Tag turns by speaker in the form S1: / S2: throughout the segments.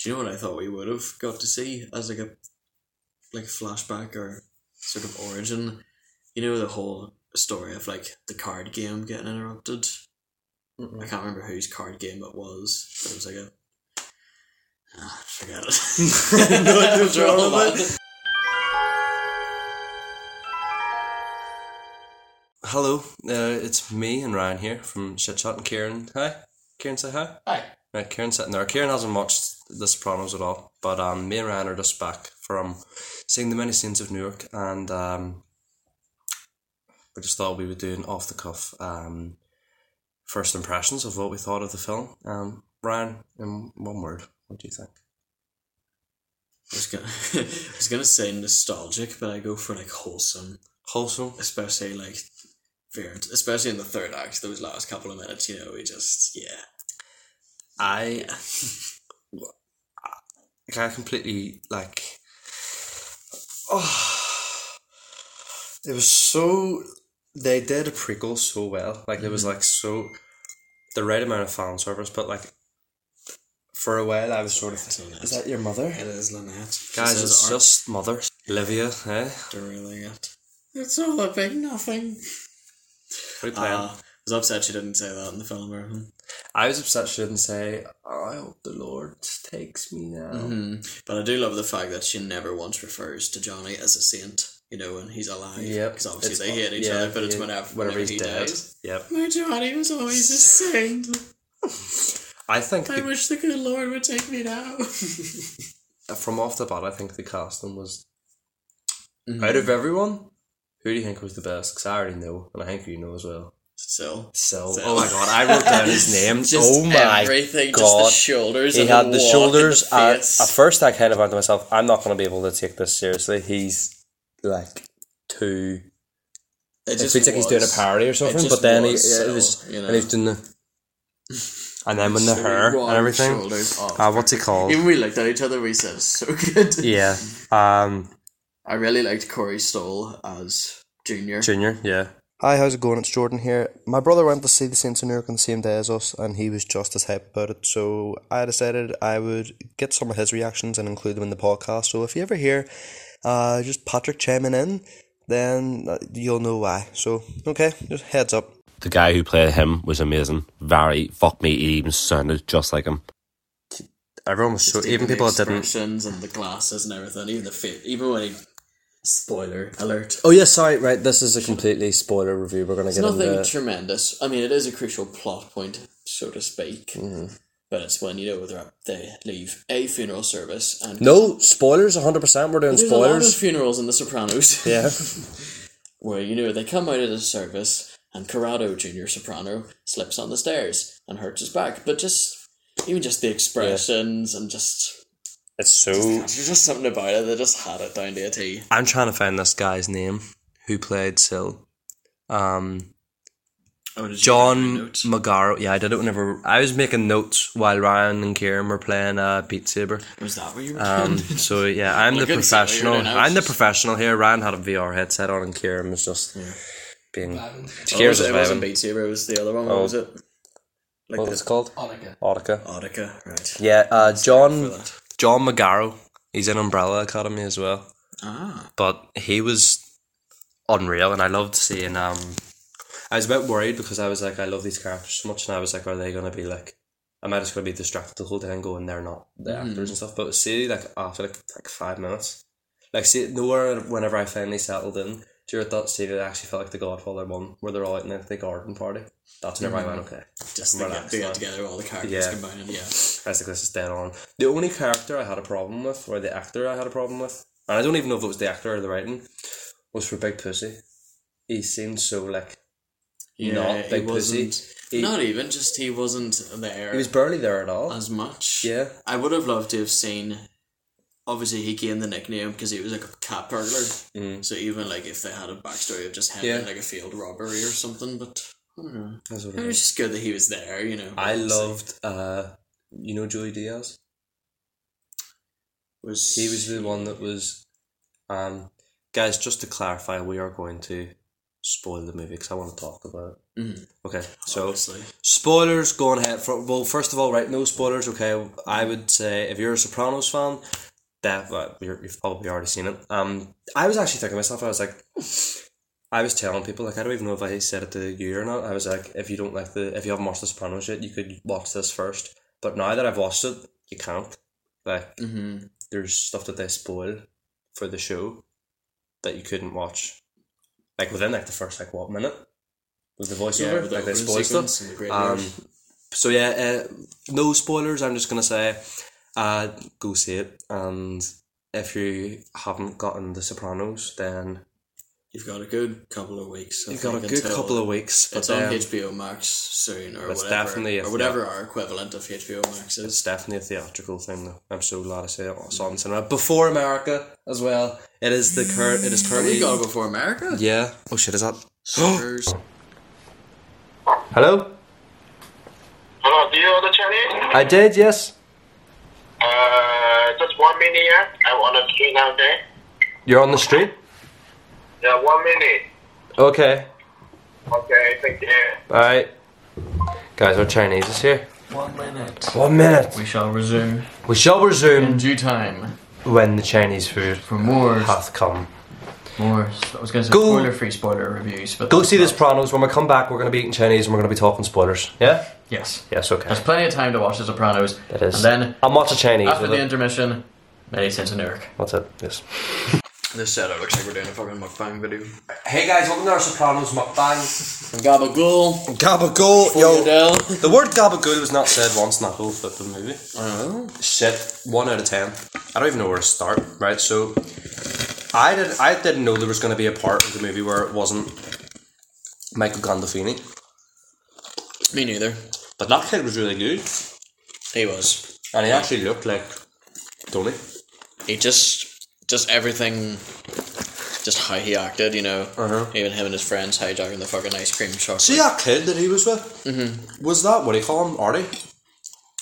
S1: Do you know what I thought we would have got to see as like a like a flashback or sort of origin? You know the whole story of like the card game getting interrupted. I can't remember whose card game it was, but it was like a Ah, forget it.
S2: No, I just
S1: Draw
S2: remember
S1: that.
S2: Hello, uh, it's me and Ryan here from Shit Chat and Kieran. Hi, Kieran, say hi.
S3: Hi.
S2: Right, Kieran's sitting there. Kieran hasn't watched The Sopranos at all, but um, me and Ryan are just back from seeing the many scenes of Newark, and um, we just thought we would do an off the cuff um, first impressions of what we thought of the film. Um, Ryan, in one word, what do you think?
S1: I was gonna, I was gonna say nostalgic, but I go for like wholesome,
S2: Wholesome.
S1: especially like, very- especially in the third act. Those last couple of minutes, you know, we just yeah,
S2: I I completely like oh it was so they did a prequel so well like there was
S1: Mm.
S2: like so the right amount of fan service but like for a while I was sort of
S1: It's Lynette.
S2: is that your mother
S1: it is Lynette. She
S2: guys
S1: says,
S2: it's
S1: "Art
S2: just mother Livia eh
S1: derailing it. It's all a big nothing.
S2: Free plan.
S1: Uh, I was upset she didn't say that in the film. Or,
S2: I was upset she didn't say I hope the Lord takes me now
S1: Mhm. But I do love the fact that she never once refers to Johnny as a saint. You know, when he's alive.
S2: Yep.
S1: Because obviously
S2: It's-
S1: they hate each
S2: yeah,
S1: other, but it's
S2: yeah,
S1: whenever,
S2: whenever
S1: whenever
S2: he's
S1: he
S2: dead.
S1: dies.
S2: yep
S1: My Johnny was always a saint.
S2: I think the
S1: wish the good Lord would take me now.
S2: Mm-hmm. from off the bat, I think the casting was
S1: Mm.
S2: out of everyone. Who do you think was the best? Because I already know, and I think you know as well.
S1: So,
S2: So,
S1: So-
S2: oh my god, I wrote down his name. oh my
S1: everything,
S2: God.
S1: just the shoulders.
S2: He
S1: and
S2: had the
S1: walk
S2: shoulders.
S1: And
S2: and
S1: the face.
S2: at first, I kind of went to myself, I'm not going to be able to take this seriously. He's like too.
S1: It
S2: It
S1: just
S2: feels like he's doing a
S1: was.
S2: parody or
S1: It
S2: something,
S1: just
S2: but then he,
S1: was
S2: it was.
S1: so, you know.
S2: And he's doing the. And then when the
S1: So
S2: hair
S1: wide
S2: and everything.
S1: shoulders off.
S2: Uh, what's he called?
S1: Even we looked at each other. We said, "So good."
S2: Yeah. Um,
S1: I really liked Corey Stoll as Junior.
S2: Junior, yeah.
S4: Hi, how's it going? It's Jordan here. My brother went to see the Saints in Newark on the same day as us, and he was just as hype about it. So I decided I would get some of his reactions and include them in the podcast. So if you ever hear uh, just Patrick chiming in, then uh, you'll know why. So, okay, just heads up.
S5: The guy who played him was amazing. Very fuck me, he even sounded just like him.
S2: Everyone was so.
S1: Just
S2: Even
S1: the
S2: people that didn't.
S1: expressions and the glasses and everything. Even the fit. Even when he. Spoiler alert.
S2: Oh yeah, sorry. Right, this is a completely spoiler review. We're gonna
S1: It's
S2: get
S1: nothing
S2: into.
S1: tremendous. I mean, it is a crucial plot point, so to speak.
S2: Mm-hmm.
S1: But it's when you know they're up, they leave a funeral service and
S2: No spoilers, hundred percent. We're doing
S1: there's a lot of
S2: spoilers.
S1: funerals in The Sopranos.
S2: Yeah,
S1: where you know they come out of the service and Corrado Junior Soprano slips on the stairs and hurts his back, but just even just the expressions and just
S2: it's so.
S1: there's just something about it that just had it down to a T.
S2: I'm trying to find this guy's name who played Sil. Um,
S1: Oh,
S2: John Magaro. Yeah, I did it whenever I was making notes while Ryan and Kieran were playing uh, Beat Saber.
S1: was that what you were
S2: Um, so yeah, I'm the
S1: I couldn't see what you were
S2: professional.
S1: doing, I was
S2: I'm the
S1: just-
S2: professional here. Ryan had a VR headset on, and Kieran was just being.
S1: Oh, it,
S2: Kieran's
S1: was,
S2: just
S1: it wasn't
S2: vibing.
S1: Beat Saber, it was the other one. What
S2: Oh.
S1: was it? Like
S2: What
S1: the
S2: was it called?
S3: Onica.
S2: Audica.
S1: Audica, right?
S2: Yeah, uh,
S1: For
S2: John
S1: that.
S2: John Magaro. He's in Umbrella Academy as well.
S1: Ah,
S2: but he was unreal, and I loved seeing. Um, I was a bit worried because I was like, I love these characters so much, and I was like, are they gonna be like? Am I just gonna be distracted the whole day and going, they're not the actors and stuff? But see, like after like, like five minutes, like see nowhere. Whenever I finally settled in, do you ever thought see that I actually felt like the Godfather one, where they're all out in the garden party? That's whenever I went, okay,
S1: just the get,
S2: Relax,
S1: they
S2: man.
S1: get together all the characters
S2: Yeah.
S1: combined. Yeah,
S2: I think this is dead on. The only character I had a problem with, or the actor I had a problem with, and I don't even know if it was the actor or the writing, was for Big Pussy. He seemed so like
S1: yeah,
S2: not
S1: he
S2: Big Pussy.
S1: wasn't.
S2: He,
S1: Not even just he wasn't there
S2: he was barely there at all.
S1: as much.
S2: Yeah,
S1: I would have loved to have seen. Obviously, he gained the nickname because he was like a cat burglar.
S2: Mm.
S1: So even like if they had a backstory of just him
S2: Yeah.
S1: in like a field robbery or something, but I don't know.
S2: that's what
S1: It
S2: it
S1: was
S2: was.
S1: just good that he was there. You know.
S2: I
S1: Obviously.
S2: loved, uh, you know, Joey Diaz.
S1: Was
S2: He was the one that was, um, guys. Just to clarify, we are going to spoil the movie because I want to talk about it.
S1: Mm.
S2: Okay, so
S1: Obviously.
S2: spoilers going ahead. For, well, first of all, right, no spoilers. Okay, I would say if you're a Sopranos fan, that uh, you're, you've probably already seen it. Um, I was actually thinking to myself. I was like, I was telling people like I don't even know if I said it to you or not. I was like, if you don't like the, if you haven't watched the Sopranos yet, you could watch this first. But now that I've watched it, you can't. Like,
S1: Mm-hmm.
S2: there's stuff that they spoil for the show that you couldn't watch. Like within like the first like what minute with the
S1: Yeah,
S2: voiceover,
S1: with the
S2: like they
S1: opening
S2: spoil stuff.
S1: sequence and the great
S2: Um,
S1: narration.
S2: so yeah, uh, no spoilers. I'm just gonna say, uh, go see it. And if you haven't gotten The Sopranos, then
S1: You've got a good couple of weeks. I
S2: you've got a
S1: think,
S2: good
S1: until-
S2: couple of weeks. But
S1: It's on
S2: then
S1: HBO Max soon, or
S2: It's
S1: whatever,
S2: definitely a-
S1: or whatever our equivalent of HBO Max is.
S2: it's definitely a theatrical thing, though. I'm so glad I say it. I saw it in cinema before America as well. It is the current. It is currently.
S1: We got it before America.
S2: yeah. Oh shit! Is that?
S1: Suckers.
S2: Hello.
S6: Hello, do you know the Chinese?
S2: I did. Yes.
S6: Uh, just one minute, yeah? I'm on the street now, okay?
S2: You're on the street.
S6: Yeah, one minute.
S2: Okay.
S6: Okay, thank you.
S2: All right. Guys, our Chinese is here. One minute. One minute.
S1: We shall resume
S2: We shall resume
S1: due time
S2: when the Chinese food
S1: for more,
S2: hath come.
S1: more. I was going to say
S2: Go- spoiler-free
S1: free spoiler reviews, but
S2: Go see this Sopranos. When we come back, we're going to be eating Chinese and we're going to be talking spoilers. Yeah?
S1: Yes,
S2: Yes, okay.
S1: plenty of time to watch The Sopranos.
S2: It is. I'm not a Chinese. with it.
S1: intermission, many cents in Eric.
S2: That's it. Yes.
S1: This setup looks like we're doing a fucking mukbang video.
S2: Hey guys, welcome to our Sopranos mukbang.
S1: Gabagool,
S2: Gabagool,
S1: Odell.
S2: The word gabagool was not said once in that whole flipping movie. Uh-huh. Shit, one out of ten. I don't even know where to start. Right, so I did. I didn't know there was going to be a part of the movie where it wasn't Michael Gandolfini,
S1: Me neither.
S2: but that kid was really good,
S1: He was.
S2: and he actually looked like Tony.
S1: He just, just everything, just how he acted, you know.
S2: Uh-huh.
S1: Even him and his friends hijacking the fucking ice cream shop.
S2: See that kid that he was with? Mm-hmm. Was that what do you call him, Artie?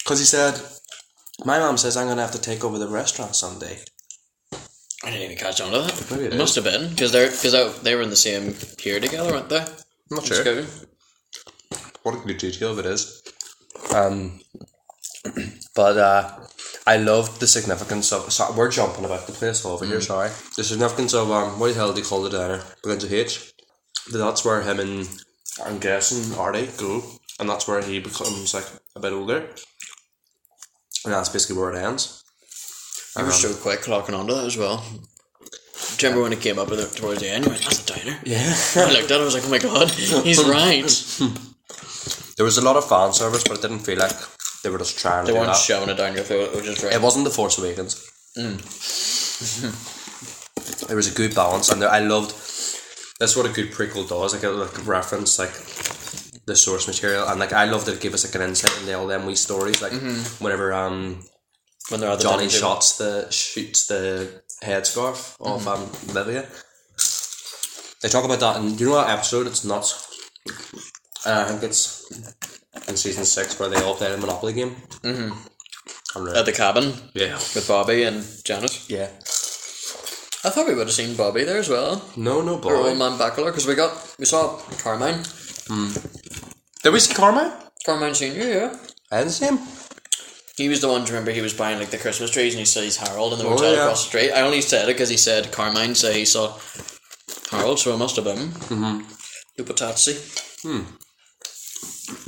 S2: Because he said, "My mom says I'm going to have to take over the restaurant someday."
S1: I didn't even catch on to that.
S2: Maybe it
S1: must have been because they're because they were in the same pier together, weren't they?
S2: I'm not
S1: It's
S2: sure.
S1: good.
S2: what a good detail of it is. Um, but uh, I loved the significance of. So we're jumping about the place over here. Sorry, the significance of um, what the hell do you call the diner? Begins with H. That's where him and I'm guessing Artie go, and that's where he becomes like a bit older, and that's basically where it ends.
S1: You
S2: Um,
S1: were so quick clocking onto that as well. Do you remember when it came up with it towards the end? You went, "That's a diner."
S2: Yeah.
S1: I looked at it. I was like, "Oh my god, he's right."
S2: there was a lot of fan service, but it didn't feel like they were just trying
S1: They
S2: to do
S1: weren't
S2: that.
S1: shoving it down your throat, which is right. Mm.
S2: It wasn't the Force Awakens. there was a good balance, and there- I loved. That's what a good prequel does. Like it like reference like the source material, and like I love that it gave us like an insight into all them wee stories. Like whenever um
S1: Mm-hmm. when they're at the
S2: Johnny
S1: dinner table.
S2: shots the shoots the headscarf off
S1: Mm-hmm.
S2: um Livia. They talk about that, and you know what episode? It's nuts. Uh, I think it's in season six where they all play a Monopoly game. Mm-hmm.
S1: at the cabin
S2: yeah.
S1: with Bobby and Janice.
S2: Yeah.
S1: I thought we would have seen Bobby there as well.
S2: No, no,
S1: Or old
S2: boy.
S1: man Bachelor, because we got we saw Carmine,
S2: Did we see Carmine?
S1: Carmine Senior. Yeah,
S2: I didn't see him.
S1: he was the one. Do you remember he was buying like the Christmas trees, and he says Harold in the motel
S2: Oh, yeah.
S1: across the street. I only said it because he said Carmine, so he saw Harold, so it must have been him. Mm-hmm. Lupatazzi. Hmm.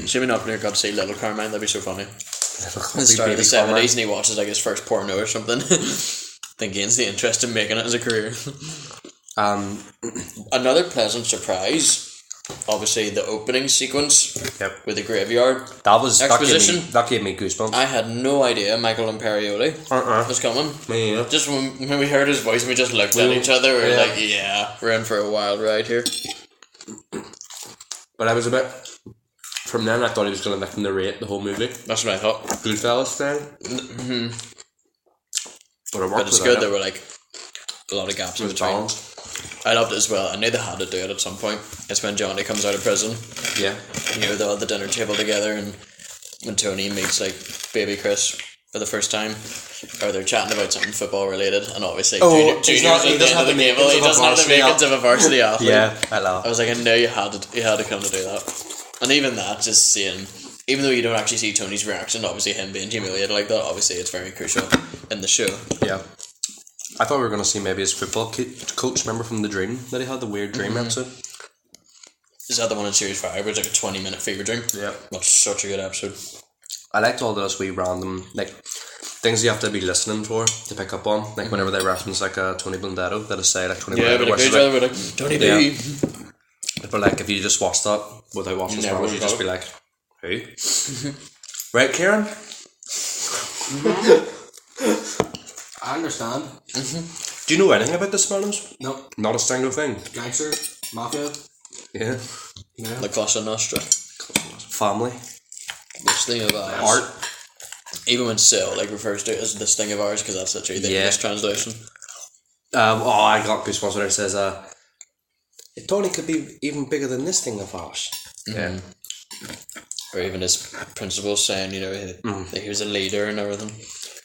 S1: Shame we not really got to see little Carmine. That'd be so funny. the start of the seventies, and he watches like his first porno or something. then gains the interest in making it as a career.
S2: Um,
S1: Another pleasant surprise, obviously the opening sequence
S2: yep.
S1: with the graveyard.
S2: That was that gave, me,
S1: Exposition.
S2: that gave me goosebumps.
S1: I had no idea Michael Imperioli
S2: Uh-uh.
S1: was coming.
S2: me, yeah.
S1: Just when, when we heard his voice, we just looked at
S2: We-
S1: each other. We were
S2: yeah.
S1: like, "Yeah, we're in for a wild ride here."
S2: But I was a bit. From then, I thought he was gonna like narrate the whole movie.
S1: That's what I thought.
S2: Goodfellas thing. But it worked.
S1: Mm-hmm. But it's
S2: without
S1: good. There
S2: it.
S1: were like a lot of gaps
S2: It
S1: in
S2: was
S1: between.
S2: balanced.
S1: I loved it as well. I knew they had to do it at some point. It's when Johnny comes out of prison.
S2: Yeah.
S1: You know, they're at the dinner table together, and when Tony meets like baby Chris, for the first time, or they're chatting about something football related, and obviously
S7: Oh,
S1: Junior,
S7: he's
S1: Junior's
S7: not-
S1: at
S7: he
S1: the end
S7: doesn't
S1: of the
S7: have the
S1: game.
S7: makings
S1: He
S7: of a
S1: doesn't have the
S7: varsity
S1: makings of a varsity athlete.
S2: I love.
S1: I was like, I know you had to, you had to come to do that, and even that, just seeing, even though you don't actually see Tony's reaction, obviously him being humiliated like that, obviously it's very crucial in the show.
S2: Yeah. I thought we were going to see maybe his football co- coach, remember from the dream that he had, the weird dream
S1: Mm-hmm.
S2: episode?
S1: Is that the one in series five where it's like a twenty minute fever dream?
S2: Yeah.
S1: That's such a good episode.
S2: I liked all those wee random, like, things you have to be listening for to pick up on. Like, whenever they reference, like, a Tony Blundetto, that is say, like, Tony
S1: Mm-hmm. Yeah, but
S2: Blundetto.
S1: it
S2: versus,
S1: goes
S2: like,
S1: rather like "Mm, Tony
S2: Yeah.
S1: B.
S2: but, like, if you just watch that without watching
S1: Never
S2: Spanish,
S1: would
S2: you'd just
S1: have
S2: be like, who? right, Karen?
S8: I understand.
S2: Do you know anything about the Spanish?
S8: No,
S2: Not a single thing.
S8: gangster, mafia,
S2: Yeah.
S8: yeah.
S1: La Cosa Nostra.
S2: Family.
S1: This thing of ours.
S2: Art.
S1: Even when Sil like refers to it as this thing of ours, because that's literally the
S2: Yeah.
S1: English translation.
S2: Um, oh, I got goosebumps when it says, uh, Tony could be even bigger than this thing of ours.
S1: Mm-hmm.
S2: Yeah.
S1: Or even his principal saying, you know, that
S2: Mm.
S1: that he was a leader and everything.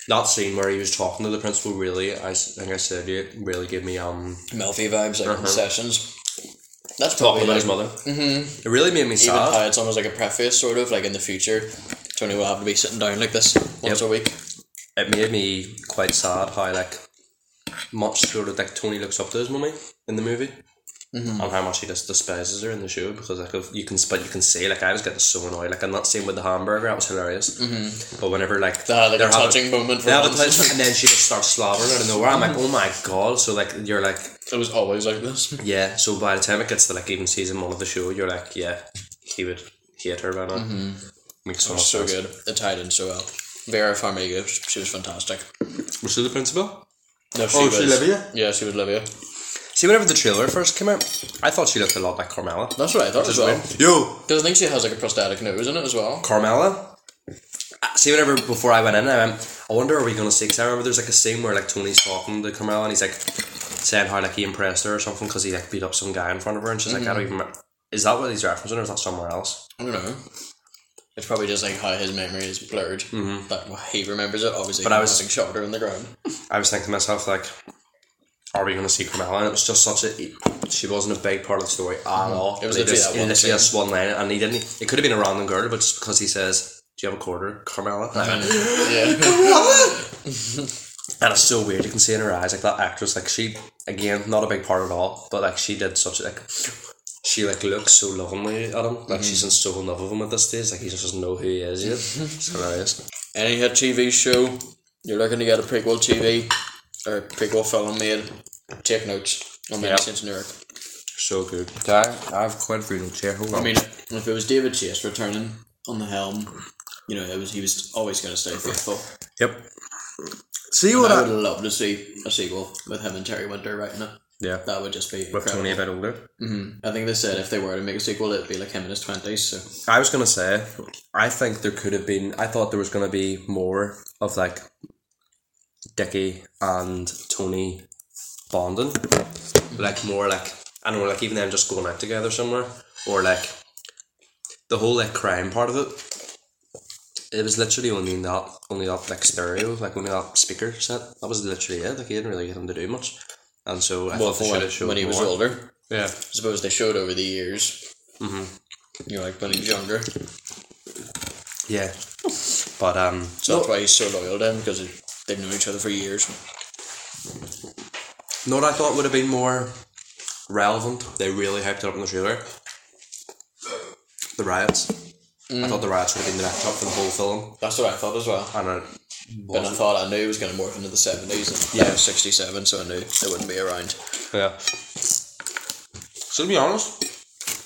S2: That scene where he was talking to the principal really, I s- think I said it, really gave me, um,
S1: Melfi vibes, like in sessions. That's
S2: Uh-huh. talking
S1: probably
S2: about
S1: like,
S2: his
S1: even
S2: mother. Mm-hmm. It really made me sad.
S1: how it's almost like a preface, sort of, like in the future, Tony will have to be sitting down like this once a week.
S2: it made me quite sad how, like, much sort of like Tony looks up to his mummy in the movie. And how much he just despises her in the show because like if you can but you can see like I was getting so annoyed like in that scene with the hamburger that was hilarious mm-hmm. but whenever like
S1: They had Uh, like
S2: they're
S1: a
S2: having-
S1: touching moment for
S2: They have a
S1: once.
S2: touch, and then she just starts slobbering out of nowhere. I'm like, oh my god! So like, you're like,
S1: It was always like this.
S2: yeah. So by the time it gets to like even season one of the show, you're like, yeah, he would hate her by now. Makes Mm-hmm. so much
S1: So
S2: sense.
S1: good. It tied in so well. Vera Farmiga, she was fantastic.
S2: Was she the principal?
S1: No, she
S2: Oh,
S1: was
S2: she Livia?
S1: Yeah, she was Livia.
S2: See, whenever the trailer first came out, I thought she looked a lot like Carmela.
S1: That's what I thought as well.
S2: Yo,
S1: Because I think she has like a prosthetic nose in it as well.
S2: Carmela. Uh, See, whenever before I went in, I went, I wonder are we gonna see? Because I remember there's like a scene where like Tony's talking to Carmela and he's like saying how like he impressed her or something because he like beat up some guy in front of her and she's like, I don't even. remember." Is that what he's referencing or is that somewhere else?
S1: I don't know. It's probably just like how his memory is blurred. Mm-hmm. But he remembers it, obviously. But
S2: I
S1: I
S2: was-
S1: was having shot her in the ground.
S2: I was thinking to myself like, are we going to see Carmela? And it was just such a she wasn't a big part of the story at all.
S1: It was
S2: They
S1: literally
S2: just,
S1: that
S2: he
S1: one
S2: literally
S1: scene.
S2: just one line, and he didn't. It could have been a random girl, but just because he says, "Do you have a quarter, Carmela?" And I went,
S1: yeah.
S2: And it's so weird. You can see in her eyes, like that actress, like she again, not a big part at all, but like she did such like. She like looks so lovingly at him, like she's in so in love with him at this stage. Like he just doesn't know who he is yet. it's hilarious.
S1: Any hit TV show, you're looking to get a prequel TV or prequel film made, take notes on the
S2: Yeah.
S1: Saints Newark.
S2: So good. I, I've quite a few chair. Hold on.
S1: I mean, if it was David Chase returning on the helm, you know, it was he was always going to stay faithful.
S2: yep. See what
S1: I would love to see a sequel with him and Terry Winter writing it.
S2: Yeah.
S1: That would just be
S2: With
S1: incredible.
S2: Tony a bit older.
S1: Mm-hmm. I think they said if they were to make a sequel, it'd be like him in his twenties. So
S2: I was gonna say, I think there could have been. I thought there was gonna be more of like Dickie and Tony bonding, like more like I don't know, like even them just going out together somewhere, or like the whole like crime part of it. It was literally only in that, only that like stereo, like only that speaker set. That was literally it. Like he didn't really get him to do much, and so I thought they should have
S1: when,
S2: shown
S1: when he was
S2: more.
S1: older,
S2: Yeah,
S1: I suppose they showed over the years. Mm-hmm. You're like when he was younger,
S2: yeah, but um,
S1: so that's why he's so loyal to him because they've known each other for years.
S2: know what I thought would have been more relevant. They really hyped it up in the trailer. The riots. I thought the riots would have been the backdrop for the whole film,
S1: That's what I thought as well.
S2: and it
S1: And I
S2: wasn't.
S1: thought I knew it was going to morph into the seventies.
S2: Yeah.
S1: Yeah, sixty-seven, so I knew they wouldn't be around.
S2: Yeah. So to be honest,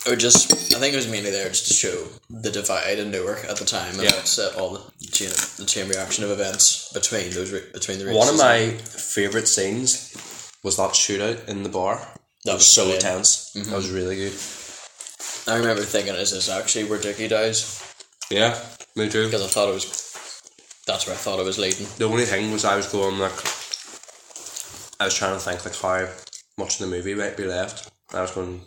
S1: Or just, I think it was mainly there just to show the divide in Newark at the time and
S2: Yeah.
S1: set all the chain, the chain reaction of events between those re- between the races.
S2: one of my favorite scenes was that shootout in the bar.
S1: that was
S2: So
S1: brilliant.
S2: tense. That was really good.
S1: I remember thinking, is this actually where Dickie dies?
S2: Yeah, me too.
S1: Because I thought it was. That's where I thought it was leading.
S2: The only thing was I was going like, I was trying to think like how much of the movie might be left. I was going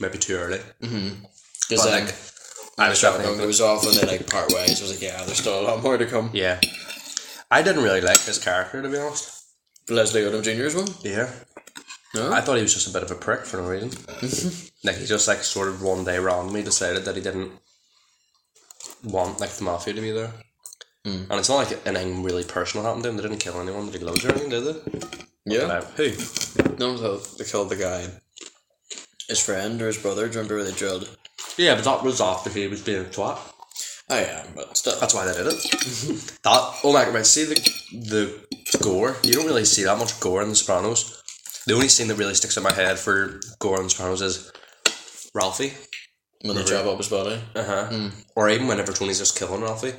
S2: maybe too early.
S1: Because
S2: But,
S1: then
S2: like, I was trying to think
S1: it was off and they like part ways. I was like, yeah, there's still a lot more to come.
S2: Yeah. I didn't really like his character to be honest.
S1: Leslie Odom Jr.'s one?
S2: Yeah.
S1: No?
S2: I thought he was just a bit of a prick for no reason. like he just like sort of one day randomly decided that he didn't want like the mafia to be there.
S1: Hmm.
S2: And it's not like anything really personal happened to him. They didn't kill anyone that he loves or anything, did they?
S1: yeah.
S2: Like, who?
S1: No, they- they killed the guy. His friend or his brother, do you remember where they drilled?
S2: Yeah, but that was after he was being a twat.
S1: I am, but still.
S2: That's why they did it. that oh my god, see the the gore. You don't really see that much gore in The Sopranos. The only scene that really sticks in my head for gore in The Sopranos is Ralphie.
S1: When they drop up his body.
S2: Uh huh. Or even whenever Tony's just killing Ralphie,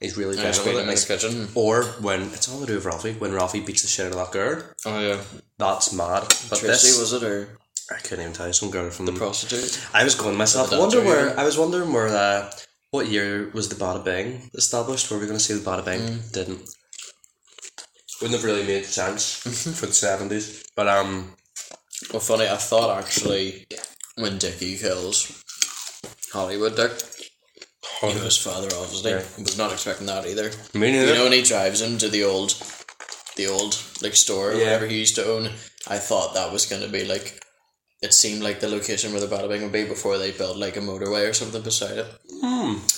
S2: he's really
S1: Yeah,
S2: desperate.
S1: when
S2: with
S1: they're
S2: it.
S1: in his kitchen.
S2: Or when it's all to do with Ralphie. When Ralphie beats the shit out of that girl,
S1: Oh, yeah.
S2: that's mad. But
S1: Tracy,
S2: this,
S1: was it, or
S2: I couldn't even tell you. Some girl from the
S1: prostitute?
S2: I was going to myself. I
S1: The
S2: wonder
S1: doctor,
S2: where.
S1: yeah.
S2: I was wondering where. Uh, what year was the Bada Bing established? Were we going to see the Bada Bing?
S1: Mm.
S2: Didn't. Wouldn't have really made sense
S1: Mm-hmm.
S2: for the seventies, but um,
S1: Well, funny, I thought actually when Dickie kills Hollywood Dick, he was father, obviously.
S2: Yeah.
S1: I was not expecting that either.
S2: me
S1: You
S2: neither.
S1: know when he drives him to the old, the old like store or
S2: Yeah.
S1: whatever he used to own. I thought that was gonna be like, it seemed like the location where the Bada Bing would be before they built like a motorway or something beside it.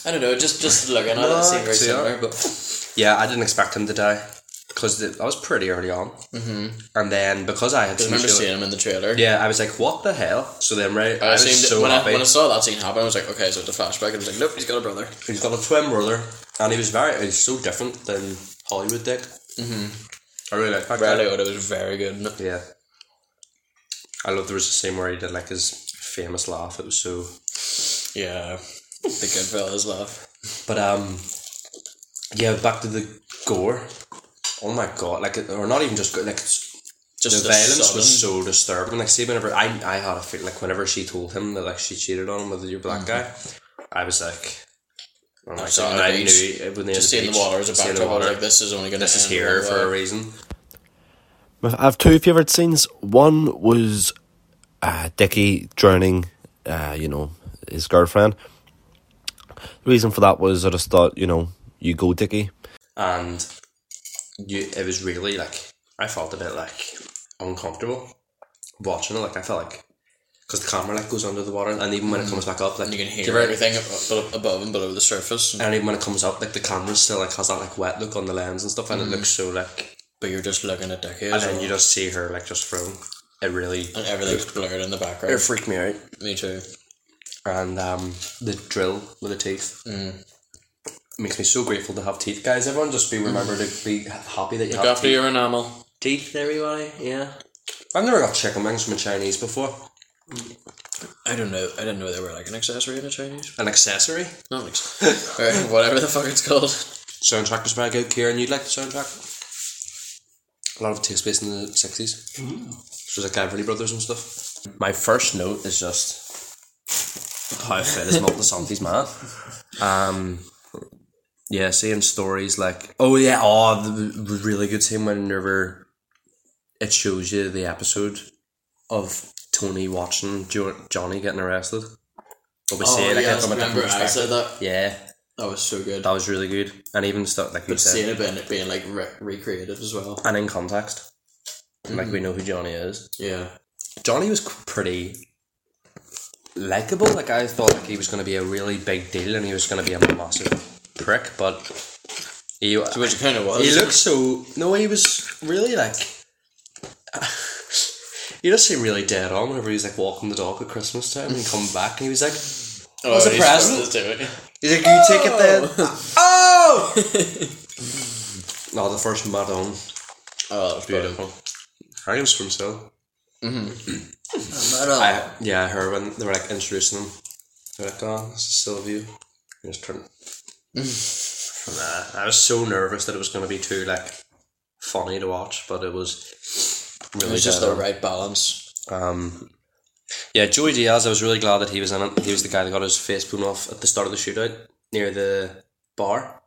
S1: I don't know. Just just looking at it, it seemed
S2: I
S1: very
S2: Hmm. see that.
S1: similar. But
S2: yeah, I didn't expect him to die because that was pretty early on, mm-hmm. and then because I had
S1: I
S2: some
S1: remember
S2: shit-
S1: seeing him in the trailer.
S2: Yeah, I was like, what the hell? So then, right, I,
S1: I,
S2: was
S1: seemed,
S2: so
S1: when,
S2: happy.
S1: I, when I saw that scene happen, I was like, okay, so it's a flashback. I was like, nope, he's got a brother.
S2: He's got a twin brother, and he was very. He's so different than Hollywood Dick. Mm-hmm. I really like that. guy.
S1: Bradley Odom was very good. in it.
S2: Yeah. I love there was a scene where he did like his famous laugh. It was so.
S1: Yeah, the good fellas laugh.
S2: But um, yeah. Back to the gore. Oh my god! Like, it- or not even just gore, like it's- the
S1: Just
S2: violence was so disturbing. Like, see, whenever I I had a feel like whenever she told him that like she cheated on him with your black
S1: Mm-hmm.
S2: guy, I was like. Oh my
S1: Just
S2: god!
S1: on the
S2: I
S1: beach.
S2: knew it, when they
S1: Just
S2: had
S1: seeing the
S2: beach,
S1: water as a
S2: seeing the
S1: backdrop, I was
S2: water.
S1: like, this is only going to
S2: this is here for a reason.
S9: I have two favourite scenes. One was uh, Dickie drowning, uh, you know, his girlfriend. The reason for that was I just thought, you know, you go, Dickie.
S2: and you, it was really like I felt a bit like uncomfortable watching it. Like I felt like because the camera like goes under the water, and even when it comes back up, like
S1: Mm. You Mm. can hear
S2: give it-
S1: everything ab- ab- above and below the surface,
S2: And even when it comes up, like the camera still like has that like wet look on the lens and stuff, and it
S1: Mm.
S2: looks so like.
S1: but you're just looking at Dickie
S2: And
S1: as
S2: then
S1: well.
S2: you just see her like just thrown. It really
S1: and everything's blurred in the
S2: it
S1: background.
S2: freaked me out.
S1: Me too.
S2: And um, the drill with the teeth.
S1: Mm.
S2: Makes me so grateful to have teeth, guys. Everyone, just be remember to be happy that you
S1: Look
S2: have
S1: after
S2: teeth.
S1: your enamel.
S2: teeth, everybody. Yeah. I've never got chicken wings from a Chinese before.
S1: I don't know. I didn't know they were like an accessory in a Chinese.
S2: An accessory.
S1: Not an acc- or whatever the fuck it's called.
S2: Soundtrack was very good. Kieran, you'd like the soundtrack? A lot of it takes place in the 60s. Mm. So like Everly Brothers and stuff. My first note is just how fit is Malta Santi's man. Um, yeah, seeing stories like, oh yeah, oh, the the really good scene whenever it shows you the episode of Tony watching jo- Johnny getting arrested. But we see it like, from a different
S1: Oh, remember I
S2: perspective.
S1: said that?
S2: Yeah,
S1: That was so good.
S2: that was really good. And even stuff like you
S1: But
S2: said,
S1: seeing it being, it being like re- recreated as well.
S2: and in context. Like we know who Johnny is.
S1: Yeah.
S2: Johnny was c- pretty likable. Like I thought, like he was going to be a really big deal, and he was going to be a massive prick. But he
S1: Which kind of was.
S2: he looked so no, he was really like. He just seemed really dead on whenever he was like walking the dog at Christmas time and coming back, and he was like,
S1: oh,
S2: was a
S1: he's
S2: present.
S1: supposed to do it.
S2: "He's like, you take it then." oh. no, the first mad on.
S1: Oh, that was beautiful.
S2: Hangs from still.
S1: Right on.
S2: I yeah, I heard when they were like introducing them. They're like, "Oh, this is Sylvia." I just turned. From that, I was so nervous that it was going to be too like funny to watch, but it was really
S1: it was just
S2: dead
S1: the
S2: on.
S1: right balance.
S2: Um, yeah, Joey Diaz. I was really glad that he was in it. He was the guy that got his face blown off at the start of the shootout near the bar.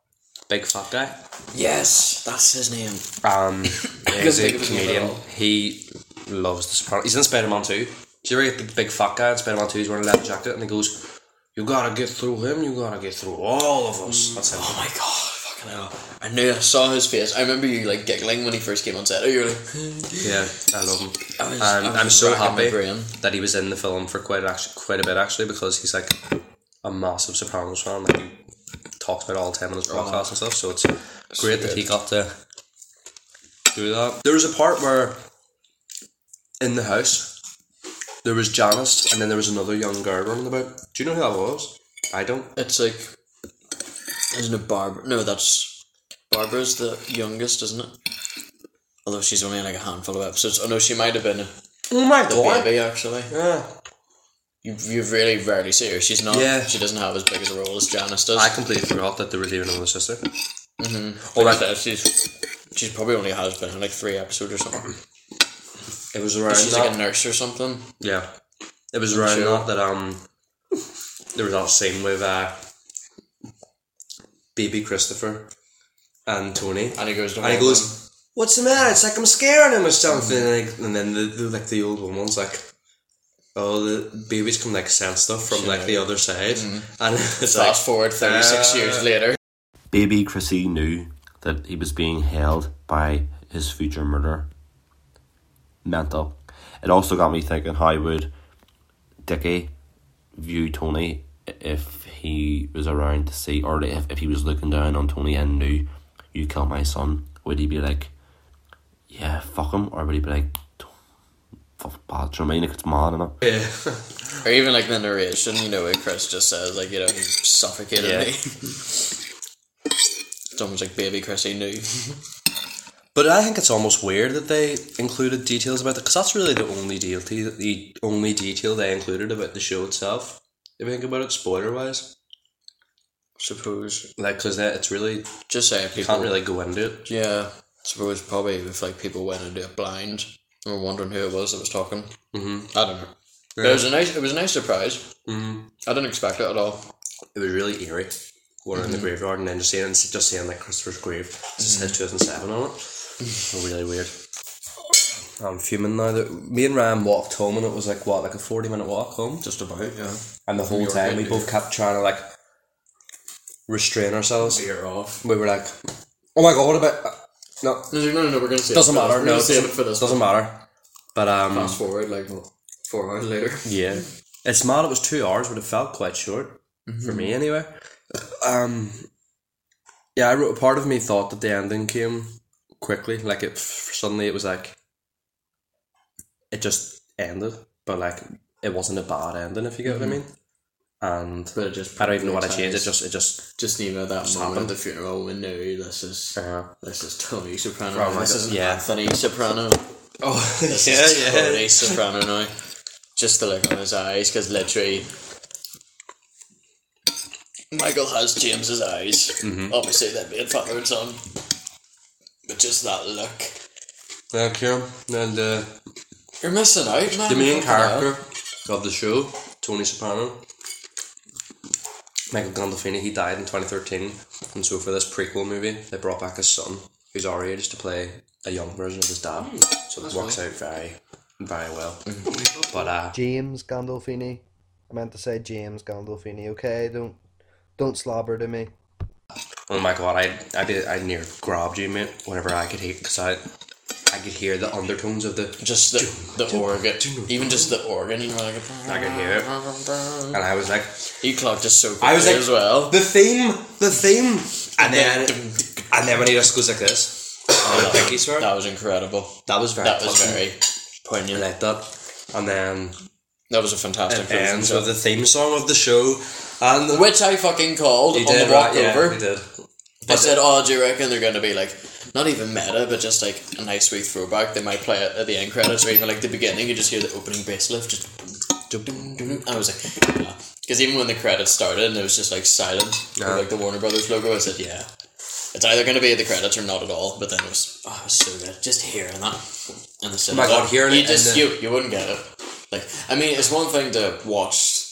S2: Big fat guy.
S1: Yes, that's his name.
S2: Um, yeah, he's a
S1: think of his name at
S2: comedian.
S1: all.
S2: He loves the Sopranos. He's in Spider Man 2. Do you ever get the big fat guy in Spider Man 2? He's wearing a leather jacket and he goes, You gotta get through him, you gotta get through all of us. That's him.
S1: Oh my god, I fucking
S7: know. I knew I saw his face. I remember you like giggling when he first came on set. Oh, you were like,
S2: Yeah, I love him.
S7: I was- I
S2: and
S7: was
S2: I'm so
S7: racking my
S2: happy
S7: brain.
S2: that he was in the film for quite actually quite a bit actually because he's like a massive Sopranos fan. Like he talks about it all the time on
S7: Oh.
S2: his podcast and stuff. So it's great that he got to do that. There was a part where in the house there was Janice and then there was another young girl running about. Do you know who that was? I don't.
S7: it's like, isn't it Barbara? No, that's Barbara's the youngest, isn't it? Although she's only in like a handful of episodes. Oh no, she might have been a
S2: Oh my
S7: baby actually.
S2: Yeah.
S7: You, you really rarely see her. She's not.
S2: Yeah.
S7: She doesn't have as big as a role as Janice does.
S2: I completely forgot that there was even another sister.
S7: Or like that, she's she's probably only has been in like three episodes or something.
S2: It was around
S7: She's
S2: that.
S7: like a nurse or something.
S2: Yeah. It was around
S7: Sure.
S2: that that um there was that scene with uh BB Christopher and Tony.
S7: And he goes to
S2: And he
S7: hold
S2: goes, What's the matter? It's like I'm scaring him or something and, like- and then the, the like the old woman's like Oh, the babies can like sense stuff from like the other side, and it's
S7: them.
S2: like
S7: Mm-hmm. Fast forward thirty six
S2: Uh,
S7: years later.
S9: Baby Chrissy knew that he was being held by his future murderer. Mental. It also got me thinking how would Dickie view Tony if he was around to see, or if, if he was looking down on Tony and knew, you killed my son, would he be like, yeah, fuck him? Or would he be like, fuck bad, do you know what I mean? Like, it's mad, innit?
S2: yeah.
S7: Or even like the narration, you know, where Chris just says, like, you know, he suffocated
S2: Yeah.
S7: me. it's almost like baby Chrissy knew.
S2: But I think it's almost weird that they included details about that because that's really the only deal, the only detail they included about the show itself. If you think about it, spoiler wise,
S7: Suppose.
S2: like because it's really you
S7: Just say people.
S2: can't really go into it.
S7: Yeah. Suppose probably if like people went into it blind and were wondering who it was that was talking. Mm-hmm. I don't know. But it was a nice. It was a nice surprise.
S2: Mm.
S7: I didn't expect it at all.
S2: It was really eerie. Going in the
S7: Mm-hmm.
S2: graveyard and then just seeing just seeing like Christopher's grave. It just says two thousand seven on it. really weird. I'm fuming now. That me and Ryan walked home and it was like what, like a forty minute walk home.
S7: Just about, yeah.
S2: And the whole time we both kept trying to like restrain ourselves.
S1: You're off.
S2: we were like, "Oh my god, what about?" No,
S7: No, no, no, we're gonna see
S2: doesn't matter. No,
S7: save
S2: doesn't,
S7: it for this.
S2: doesn't matter. But um,
S7: Fast forward like what, four hours later.
S2: yeah, it's mad. It was two hours, but it felt quite short for me, anyway. Um, yeah, I wrote. Part of me thought that the ending came quickly, like it suddenly. It was like it just ended, but like it wasn't a bad ending, if you get what I mean. And
S7: But it just
S2: I don't even know what I changed. It
S7: ties-
S2: just, it just.
S7: just knew about that moment
S2: happened.
S7: at the funeral we knew this is
S2: Uh,
S7: this is Tony Soprano.
S2: Oh my
S7: this
S2: God,
S7: isn't
S2: yeah.
S7: Anthony Soprano.
S2: oh
S7: This is Tony Soprano now. Just the look on his eyes, because literally Michael has James's eyes.
S1: Mm-hmm.
S7: Obviously they'd be a father and son. But just that look.
S2: Thank you. And uh,
S7: You're missing out, man.
S2: the main
S7: Fucking
S2: character
S7: hell.
S2: of the show, Tony Soprano, Michael Gandolfini, he died in 2013. And so for this prequel movie, they brought back his son, who's our age, to play a young version of his dad.
S7: Hmm,
S2: so it works out very, very well.
S7: Mm-hmm.
S2: but uh,
S10: James Gandolfini. I meant to say James Gandolfini. Okay, don't don't slobber to me.
S2: oh my god, I I did I near grabbed you, mate. Whenever I could hear, because I I could hear the undertones of the
S7: Just the, the organ, even just the organ, you know, like
S2: I could hear it, and I was like.
S7: You clocked us so quickly
S2: I was like,
S7: as well.
S2: The theme, the theme, and then and then when he just goes like this, oh, the pinky swear.
S7: That was incredible.
S2: That was very.
S7: That was
S2: touching.
S7: very poignant.
S2: I like that, and then
S7: That was a fantastic
S2: it
S7: version,
S2: ends
S7: so-
S2: with the theme song of the show, and the
S7: Which I fucking called
S2: he
S7: on
S2: did
S7: the walk
S2: right, yeah,
S7: over.
S2: he did.
S7: I said, oh, do you reckon they're going to be like, not even meta, but just like a nice wee throwback. They might play it at the end credits or even like the beginning. You just hear the opening bass lift. Just dum, dum, dum, dum. I was like, yeah. Because even when the credits started and it was just like silent,
S2: Yeah.
S7: with, like the Warner Brothers logo, I said, yeah. It's either going to be at the credits or not at all. But then it was, oh, it was so good. Just hearing that. And the cinema.
S2: Oh my God, hearing
S7: you
S2: it in
S7: just,
S2: the-
S7: you, you wouldn't get it. Like, I mean, it's one thing to watch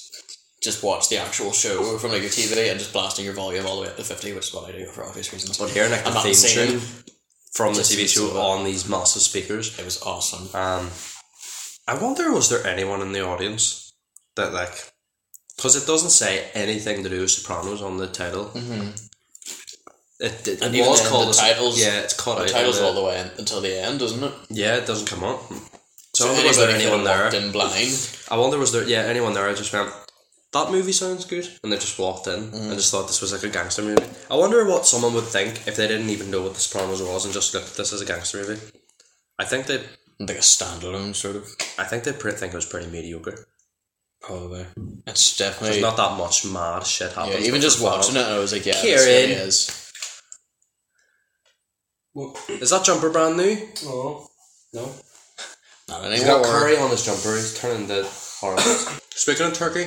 S7: just watch the actual show from like your TV and just blasting your volume all the way up to fifty, which is what I do for obvious reasons.
S2: But hearing like the
S7: I'm not
S2: theme
S7: singing.
S2: tune from the
S7: Just
S2: TV show
S7: so-
S2: on these massive speakers.
S7: It was awesome.
S2: Um, I wonder was there anyone in the audience that like, because it doesn't say anything to do with Sopranos on the title. It, it,
S7: Mm-hmm. And
S2: it
S7: even
S2: was
S7: then,
S2: called
S7: the
S2: as-
S7: titles-
S2: Yeah, it's caught
S7: The
S2: out.
S7: title's
S2: in
S7: all the way in, until the end, isn't it?
S2: Yeah, it doesn't come up. So, I
S7: So
S2: wonder was there
S7: anybody
S2: anyone
S7: could have
S2: there?
S7: walked in blind.
S2: I wonder was there yeah anyone there? I just went that movie sounds good, and they just walked in
S7: Mm-hmm.
S2: and just thought this was like a gangster movie. I wonder what someone would think if they didn't even know what The Sopranos was and just looked at this as a gangster movie. I think they
S7: Like a standalone sort of.
S2: I think they pretty think it was pretty mediocre.
S7: Probably. It's definitely
S2: There's not that much mad shit
S7: yeah,
S2: happening.
S7: even just watching it, I was like, yeah, this
S2: Kieran.
S7: really is.
S1: Well,
S2: Is that jumper brand new?
S1: oh, no.
S7: Not
S2: He's got
S7: anymore.
S2: curry on his jumper. He's turning the horrible. Speaking of turkey,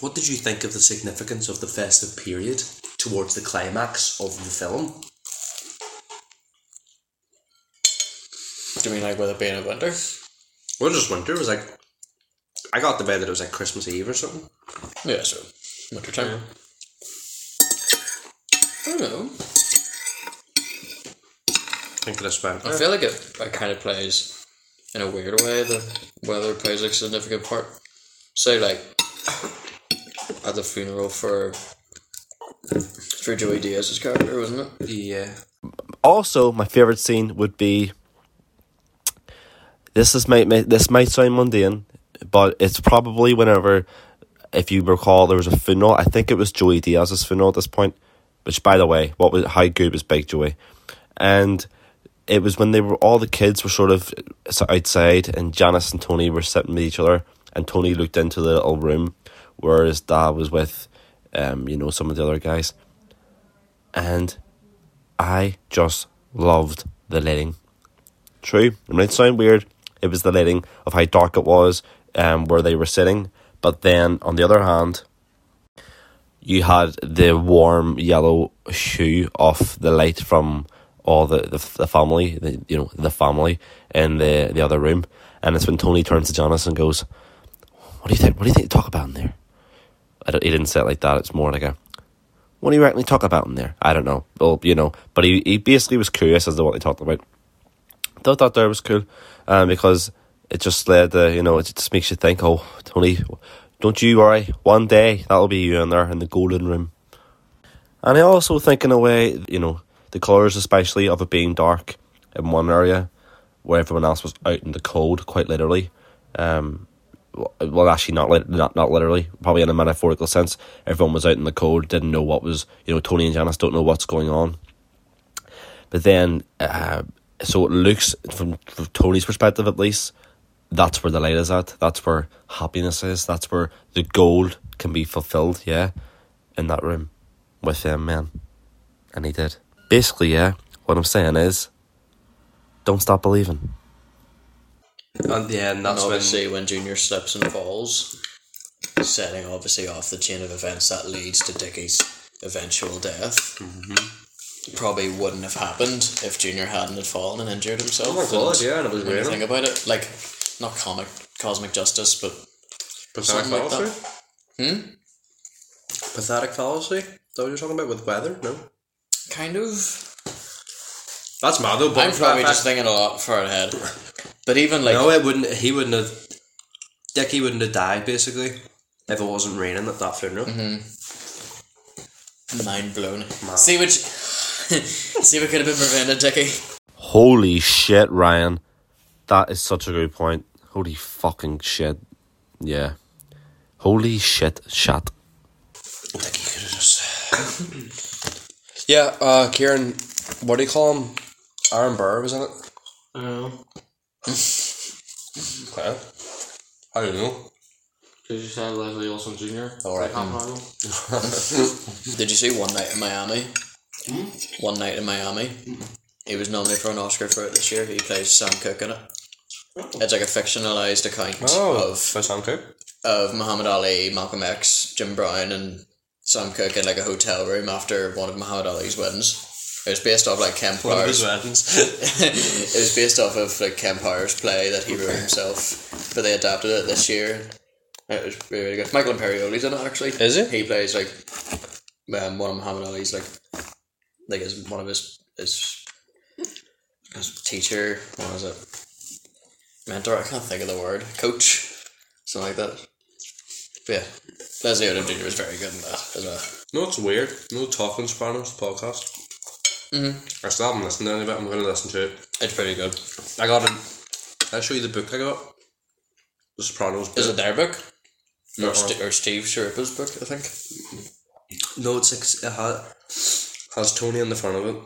S2: what did you think of the significance of the festive period towards the climax of the film?
S7: Do you mean like with it being a winter?
S2: Well, just winter it was like. I got the bed that it was like Christmas Eve or something.
S7: Yeah, so winter time. I don't know.
S2: I think this went.
S7: I feel like it, it kind of plays in a weird way. The weather plays like, a significant part. Say like at the funeral for for Joey Diaz's character, wasn't it?
S2: Yeah.
S9: Also, my favorite scene would be. This is might might- this might sound mundane, but it's probably whenever, if you recall, there was a funeral. I think it was Joey Diaz's funeral at this point. Which, by the way, what was how good was Big Joey? and it was when they were all the kids were sort of s- outside, and Janice and Tony were sitting with each other, and Tony looked into the little room where his dad was with, um, you know, some of the other guys, and I just loved the lighting. True, it might sound weird. It was the lighting of how dark it was, um, where they were sitting, but then on the other hand, you had the warm yellow hue of the light from all the, the, the family, the, you know, the family in the, the other room. And it's when Tony turns to Janice and goes, What do you think? What do you think they talk about in there? I don't, he didn't say it like that. It's more like a, What do you reckon they talk about in there? I don't know. Well, you know, but he, he basically was curious as to what they talked about. I thought that was cool um, because it just led to, you know, it just makes you think, oh, Tony, don't you worry. One day that'll be you in there in the golden room. And I also think, in a way, you know, the colours, especially of it being dark in one area where everyone else was out in the cold, quite literally. Um, w- well, actually, not, lit- not not literally, probably in a metaphorical sense. Everyone was out in the cold, didn't know what was, you know, Tony and Janice don't know what's going on. But then, uh, so it looks from, from Tony's perspective at least, that's where the light is at. That's where happiness is. That's where the goal can be fulfilled. Yeah, in that room with them men, and he did. Basically, yeah. What I'm saying is, don't stop believing.
S2: And yeah, and
S7: And
S2: that's when
S7: obviously when Junior slips and falls, setting obviously off the chain of events that leads to Dickie's eventual death.
S2: Mm-hmm.
S7: Probably wouldn't have happened if Junior hadn't had fallen and injured himself.
S2: Oh my God,
S7: And
S2: yeah, and it was
S7: when you
S2: raining.
S7: think about it, like not comic cosmic justice, but
S2: pathetic
S7: something like Hmm?
S2: fallacy. Pathetic fallacy. Is that what you're talking about with weather? No.
S7: kind of.
S2: That's mad though. But
S7: I'm probably
S2: I-
S7: just thinking a lot far ahead. But even like
S2: no, it wouldn't. He wouldn't have. Dickie wouldn't have died basically if it wasn't raining at that funeral.
S7: mind blown. See what you- see what could have been prevented, Dickie.
S9: Holy shit, Ryan, that is such a good point. Holy fucking shit, yeah. Holy shit, shut.
S2: Dickie could have just. yeah, uh, Kieran, what do you call him? Aaron Burr was in it.
S1: Oh,
S2: Okay. I don't know.
S1: did you say Leslie Olsen Jr.?
S2: Alright,
S7: Hmm.
S1: Like,
S7: Did you see One Night in Miami?
S2: Hmm?
S7: One Night in Miami. He was nominated for an Oscar for it this year. He plays Sam Cooke in it. It's like a fictionalized account
S2: Oh,
S7: of
S2: for Sam Cooke.
S7: of Muhammad Ali, Malcolm X, Jim Brown, and Sam Cooke in like a hotel room after one of Muhammad Ali's wins. It was based off like Kemp Flowers. it was based off of like Ken Powers' play that he wrote himself, but they adapted it this year. It was really good. Michael Imperioli's in it actually.
S2: Is he?
S7: He plays like um, one of Muhammad Ali's like like his one of his his, his teacher. What was it? Mentor. I can't think of the word. Coach. Something like that. But yeah, Leslie Odom Jr. was very good in that as well.
S2: No, it's weird. No talking Spanish podcast. Mm-hmm. I still haven't listened to any of it. I'm going to listen to it.
S7: It's pretty good.
S2: I got it. I'll show you the book I got. The Sopranos book.
S7: Is it their book?
S2: No,
S7: Or, St- or Steve Sharpa's book, I think.
S2: no, it's like, it ha- has Tony in the front of it,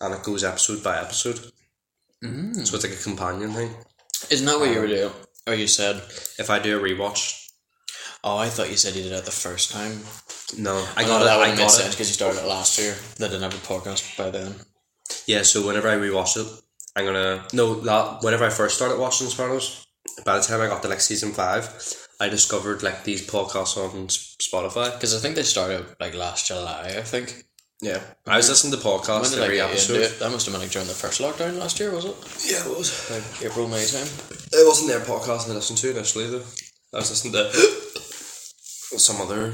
S2: and it goes episode by episode. Mm. So it's like a companion thing.
S7: Isn't that what you were doing? Or you said?
S2: If I do a rewatch,
S7: Oh, I thought you said you did it the first time.
S2: no, I
S7: I
S2: got
S7: got
S2: it.
S7: Oh, that would
S2: I
S7: have made
S2: got it.
S7: sense because you started it last year. They didn't have a podcast by then.
S2: Yeah, so whenever I rewatch it, I'm gonna no that whenever I first started watching Sopranos, by the time I got to like season five, I discovered like these podcasts on S- Spotify.
S7: Because I think they started like last July. I think.
S2: Yeah, I was listening to
S7: When
S2: podcasts
S7: did I
S2: every
S7: get
S2: episode.
S7: into it? That must have been like during the first lockdown last year, was it?
S2: Yeah, it was.
S7: Like April, May time.
S2: It wasn't their podcast I listened to initially though. I was listening to some other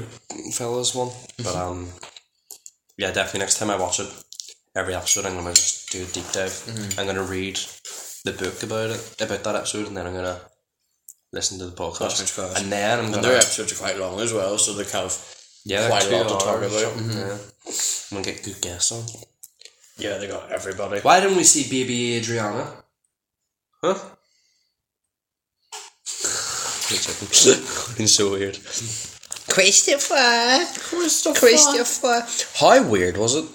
S2: fella's one, but
S7: Mm-hmm.
S2: um, yeah, definitely next time I watch it, every episode I'm gonna just do a deep dive.
S7: Mm-hmm.
S2: I'm gonna read the book about it about that episode, and then I'm gonna listen to the
S7: That's much
S2: podcast,
S7: class.
S2: and then I'm
S7: And
S2: gonna
S7: their episodes are quite long as well, so they kind of
S2: yeah,
S7: quite a
S2: two
S7: lot to talk
S2: hours,
S7: about. Mm-hmm.
S2: something, Yeah. I'm gonna get good guests on.
S7: yeah they got everybody.
S2: Why didn't we see baby Adriana? Huh? it's so weird. Christopher! Christopher! How weird was it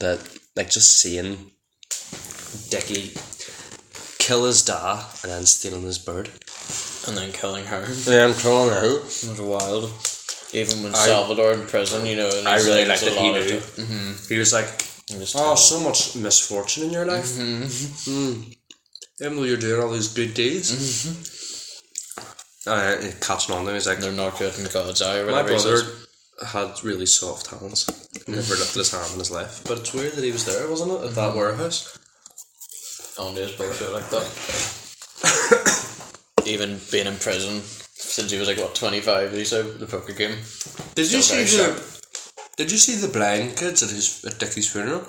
S2: that, like, just seeing Dickie kill his dad and then stealing his bird?
S7: And then killing her.
S2: Yeah, I'm calling her.
S7: It was wild. Even when Salvador in prison, you know, and
S2: I
S7: he's
S2: really
S7: like,
S2: liked
S7: there's
S2: that
S7: a
S2: he
S7: lot of Mm-hmm.
S2: knew.
S7: di-
S2: He was like,
S7: and just
S2: Oh, so much misfortune in your life. Mm-hmm. Even though you're doing all these good deeds.
S7: Mm-hmm.
S2: Uh, catching on to him, he's like,
S7: they're not good in God's eye. or
S2: My
S7: whatever he
S2: brother
S7: says.
S2: had really soft hands. He Never lifted his hand in his life. But it's weird that he was there, wasn't it? At that warehouse.
S7: Mm-hmm. on his bullshit like that. Even being in prison since he was like what twenty five, he said the poker game.
S2: Did you
S7: Still
S2: see
S7: very
S2: the Did you see the blind kids at his at Dickie's funeral?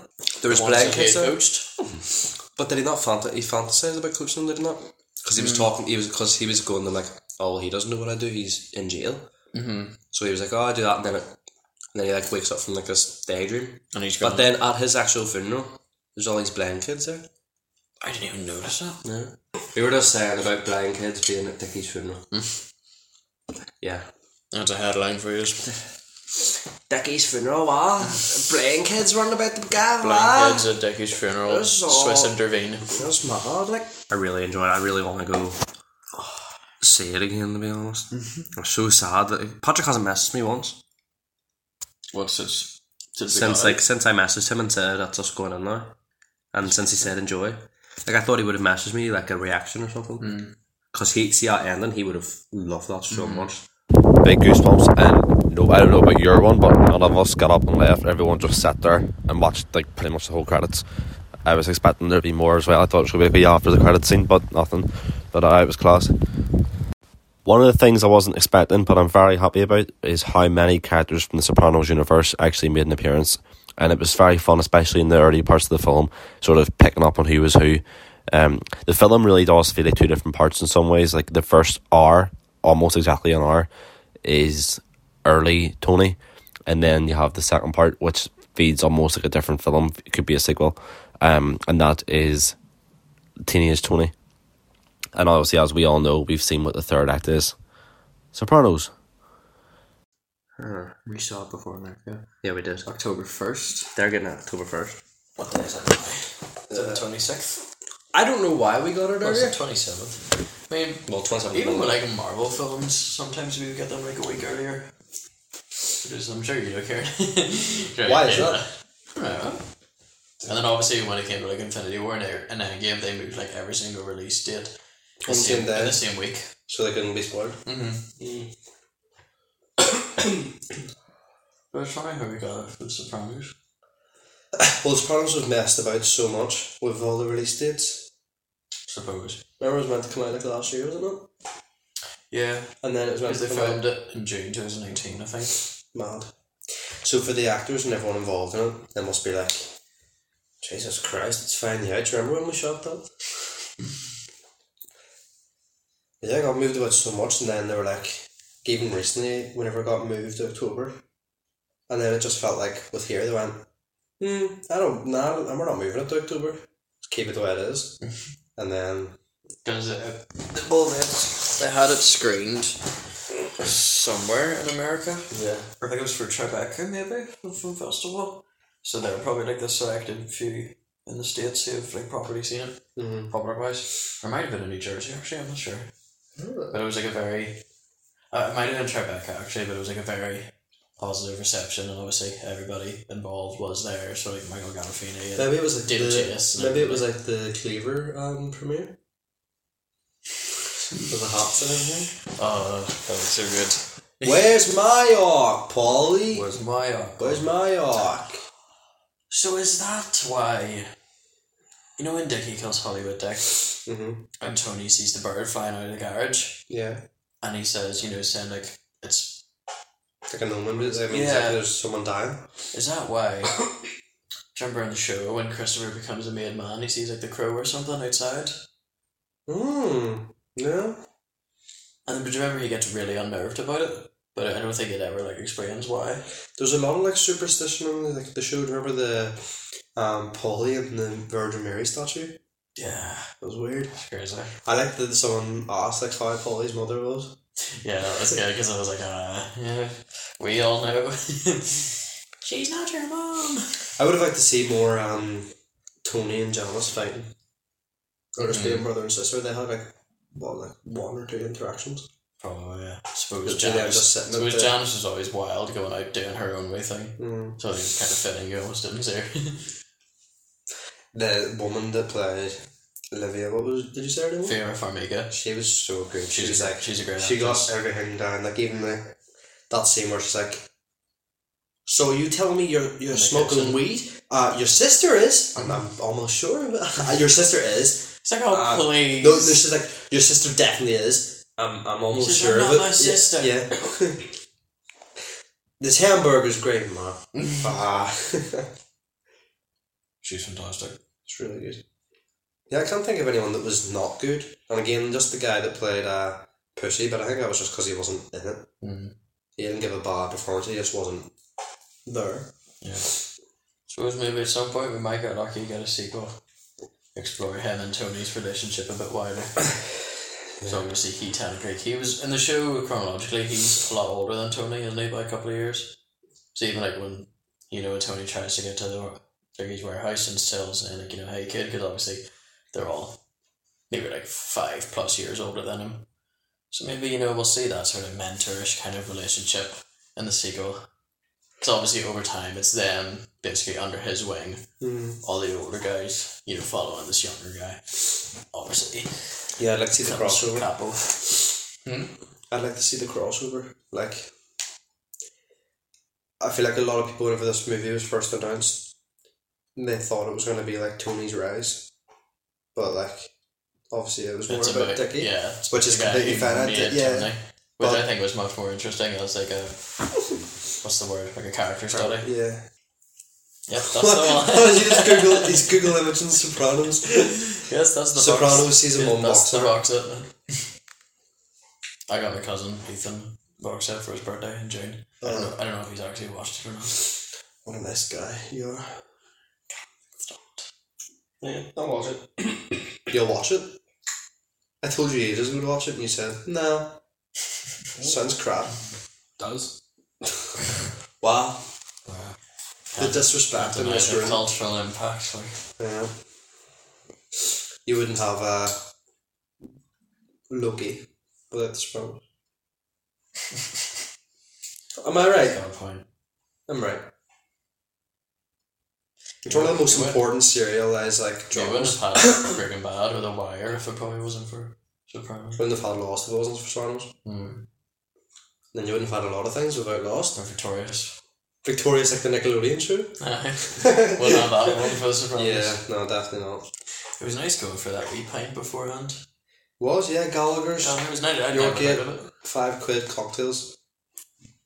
S2: There was
S7: Once
S2: blind
S7: he
S2: kids
S7: had
S2: there,
S7: coached.
S2: but did he not fant- he fantasized about coaching them? Did he not? Because he was talking. He was because he was going them like, oh, well, he doesn't know what I do. He's in jail. Mm-hmm. So he was like, oh, I do that, and then it, and then he like wakes up from like this daydream.
S7: And he's gone.
S2: But then at his actual funeral, there's all these blind kids there.
S7: I didn't even notice that.
S2: Yeah. We were just saying about blind kids being at Dickie's funeral. yeah.
S7: That's a headline for you.
S2: Dickie's funeral, wow. blind kids running about the guy,
S7: Blind kids at Dickie's funeral.
S2: This is all-
S7: Swiss intervene.
S2: That's mad, like. I really enjoyed it. I really want to go oh, see it again, to be honest. I'm so sad that Patrick hasn't messaged me once.
S1: What's this?
S2: Since like since I messaged him and said that's us going in there, and since he said enjoy, like I thought he would have messaged me like a reaction or something, because he see that ending he would have loved that so much.
S9: Big goosebumps, and no, I don't know about your one, but none of us got up and left. Everyone just sat there and watched like pretty much the whole credits. I was expecting there to be more as well. I thought it was going to be after the credits scene, but nothing. But I it was class. One of the things I wasn't expecting, but I'm very happy about, is how many characters from the Sopranos universe actually made an appearance. And it was very fun, especially in the early parts of the film, sort of picking up on who was who. Um, the film really does feel like two different parts in some ways. Like the first hour, almost exactly an hour, is early Tony, and then you have the second part, which feeds almost like a different film. It could be a sequel, um, and that is Teenage Tony. And obviously, as we all know, we've seen what the third act is. Sopranos.
S7: We saw it before America.
S2: Yeah, we did.
S7: October first.
S2: They're getting it October first.
S7: What day is that? Is it the twenty sixth?
S2: I don't know why we got it
S7: Or is
S2: earlier.
S7: it twenty seventh? I mean,
S2: Well, 27th.
S7: Even with like Marvel films, sometimes we would get them like a week earlier. Because I'm sure you don't care.
S2: Why is that?
S7: I don't know. And then obviously when it came to like Infinity War and, E- and Endgame, they moved like every single release date the
S2: On the same day.
S7: in the same week.
S2: So they couldn't be spoiled.
S7: But it's funny how we got it for The Sopranos.
S2: Well, Sopranos was messed about so much with all the release dates.
S7: Suppose.
S2: Remember, it was meant to come out like last year, wasn't it?
S7: Yeah,
S2: And then it was meant
S7: because
S2: to
S7: they
S2: come
S7: filmed
S2: out
S7: it in June 2019, I think.
S2: mad. So for the actors and everyone involved in it, they must be like, Jesus Christ, it's finally out. Do you Remember when we shot that? yeah, I got moved about so much, and then they were like, even recently, whenever I got moved to October, and then it just felt like with here they went, hmm, I don't, nah, we're not moving it to October. Just keep it the way it is. and then
S11: Does it?
S7: Well, they, they had it screened somewhere in America.
S11: Yeah.
S7: Or I think it was for Tribeca, maybe, from Film Festival. So they were probably like the selected few in the States who have like properly seen it,
S2: Mhm.
S7: popular wise. Or it might have been in New Jersey, actually, I'm not sure. But it was like a very. Uh, it might have been Tribeca, actually, but it was like a very positive reception, and obviously everybody involved was there. So, like Michael Gandolfini. And,
S2: maybe it was like
S7: Did this
S2: the,
S7: and
S2: maybe it was like the Cleaver um, premiere. With the hats and everything.
S7: oh, that was so good.
S2: Where's my arc, Polly?
S7: Where's my
S2: Where's my arc?
S7: So is that why? You know when Dickie kills Hollywood Dick
S2: Mm-hmm.
S7: and Tony sees the bird flying out of the garage
S2: Yeah.
S7: and he says, you know, saying like, it's
S2: Like an omen, but it's like, it's
S7: Yeah.
S2: like there's someone dying.
S7: is that why? Do you remember in the show when Christopher becomes a made man, he sees like the crow or something outside?
S2: Mm. No.
S7: And but do you remember he gets really unnerved about it? But I don't think it ever like explains why.
S2: There's a lot of like superstition on like the show. Do you Remember the um Polly and the Virgin Mary statue?
S7: Yeah,
S2: That was weird.
S7: it's crazy.
S2: I like that someone asked like how Polly's mother was.
S7: Yeah, that was good because I was like, uh, yeah, we all know. She's not your mom.
S2: I would have liked to see more um Tony and Janice fighting. Or just being brother and sister. They had like what like one or two interactions.
S7: Probably, yeah. I suppose
S2: But Oh, yeah,
S7: Janice.
S2: just sitting at
S7: suppose
S2: the-
S7: Janice was always wild, going out doing her own way thing.
S2: Mm.
S7: So it was kind of fitting you almost didn't see her.
S2: The woman that played Olivia, what was did you say her name? was?
S7: Vera Farmiga.
S2: She was so good. She
S7: She's
S2: was
S7: a-
S2: like
S7: she's a great
S2: She got
S7: actress.
S2: everything down. Like even the that scene where she's like, "So you telling me you're you're
S7: the
S2: smoking
S7: kitchen.
S2: weed? Uh, your sister is. I'm, I'm almost sure. but- your sister is.
S7: It's like, oh,
S2: Uh,
S7: please.
S2: No, this is like your sister definitely is. I'm I'm almost
S7: says,
S2: sure
S7: "I'm
S2: of it.
S7: not my
S2: Yeah,
S7: sister.
S2: Yeah. this hamburger's great, ma.
S7: Mm.
S2: ah,
S7: She's fantastic.
S2: it's really good. Yeah, I can't think of anyone that was not good. And again, just the guy that played uh, Pussy, but I think that was just because he wasn't in it.
S7: Mm.
S2: He didn't give a bad performance. He just wasn't there.
S7: Yeah. Suppose maybe at some point we might get lucky and get a sequel. Explore him and Tony's relationship a bit wider. So obviously he technically he was in the show chronologically he's a lot older than Tony, isn't he, by a couple of years. So even like when you know Tony tries to get to the Turkey's warehouse and sells and like you know hey kid because obviously they're all maybe like five plus years older than him. So maybe you know we'll see that sort of mentorish kind of relationship in the sequel. Because obviously over time it's them basically under his wing, all the older guys you know following this younger guy. Obviously,
S2: Yeah, I'd like to see the crossover.
S7: Capo.
S2: I'd like to see the crossover. Like, I feel like a lot of people, whenever this movie was first announced, they thought it was going to be like Tony's rise, but like, obviously it was more
S7: It's
S2: about,
S7: about,
S2: Dickie.
S7: yeah, it's
S2: which
S7: about
S2: is
S7: the guy
S2: completely
S7: who
S2: fine, I
S7: made
S2: did- yeah.
S7: Tony, which I
S2: But-
S7: think was much more interesting. It was like a what's the word? Like a character study. Yep,
S2: Yeah.
S7: that's the
S2: Oh, you just
S7: one.
S2: Google these Google images and Sopranos.
S7: yes, that's the
S2: Sopranos
S7: box.
S2: season one
S7: That's
S2: box
S7: the
S2: set.
S7: box set. I got my cousin Ethan box set for his birthday in June. I
S2: Uh, Oh.
S7: don't know. I don't know if he's actually watched it or not.
S2: What a nice guy you are. Yeah, I'll watch it. You'll watch it? I told you ages ago to watch it and you said, no. Sounds crap.
S11: Does.
S2: Wow. The
S7: Can't-
S2: disrespect
S7: can't
S2: in this
S7: deny the
S2: room.
S7: cultural impact. Like,
S2: Yeah. You wouldn't have uh, Loki without the Sopranos. Am I right?
S7: got a point.
S2: I'm right. It's one of the most
S7: You would-
S2: important serialized like
S7: You
S2: dramas.
S7: wouldn't have had Breaking Bad or The Wire if it probably wasn't for Sopranos.
S2: wouldn't have had Lost if it wasn't for Sopranos.
S7: Hmm.
S2: Then you wouldn't have had a lot of things without Lost.
S7: Or er Victorious.
S2: Victoria's like the Nickelodeon show.
S7: Well, not that one for the Sopranos.
S2: yeah, no, definitely not.
S7: It was nice going for that wee pint beforehand.
S2: Was yeah Gallagher's
S7: Yeah, it was nice. I'd
S2: You're
S7: never
S2: okay.
S7: heard of it.
S2: five quid cocktails.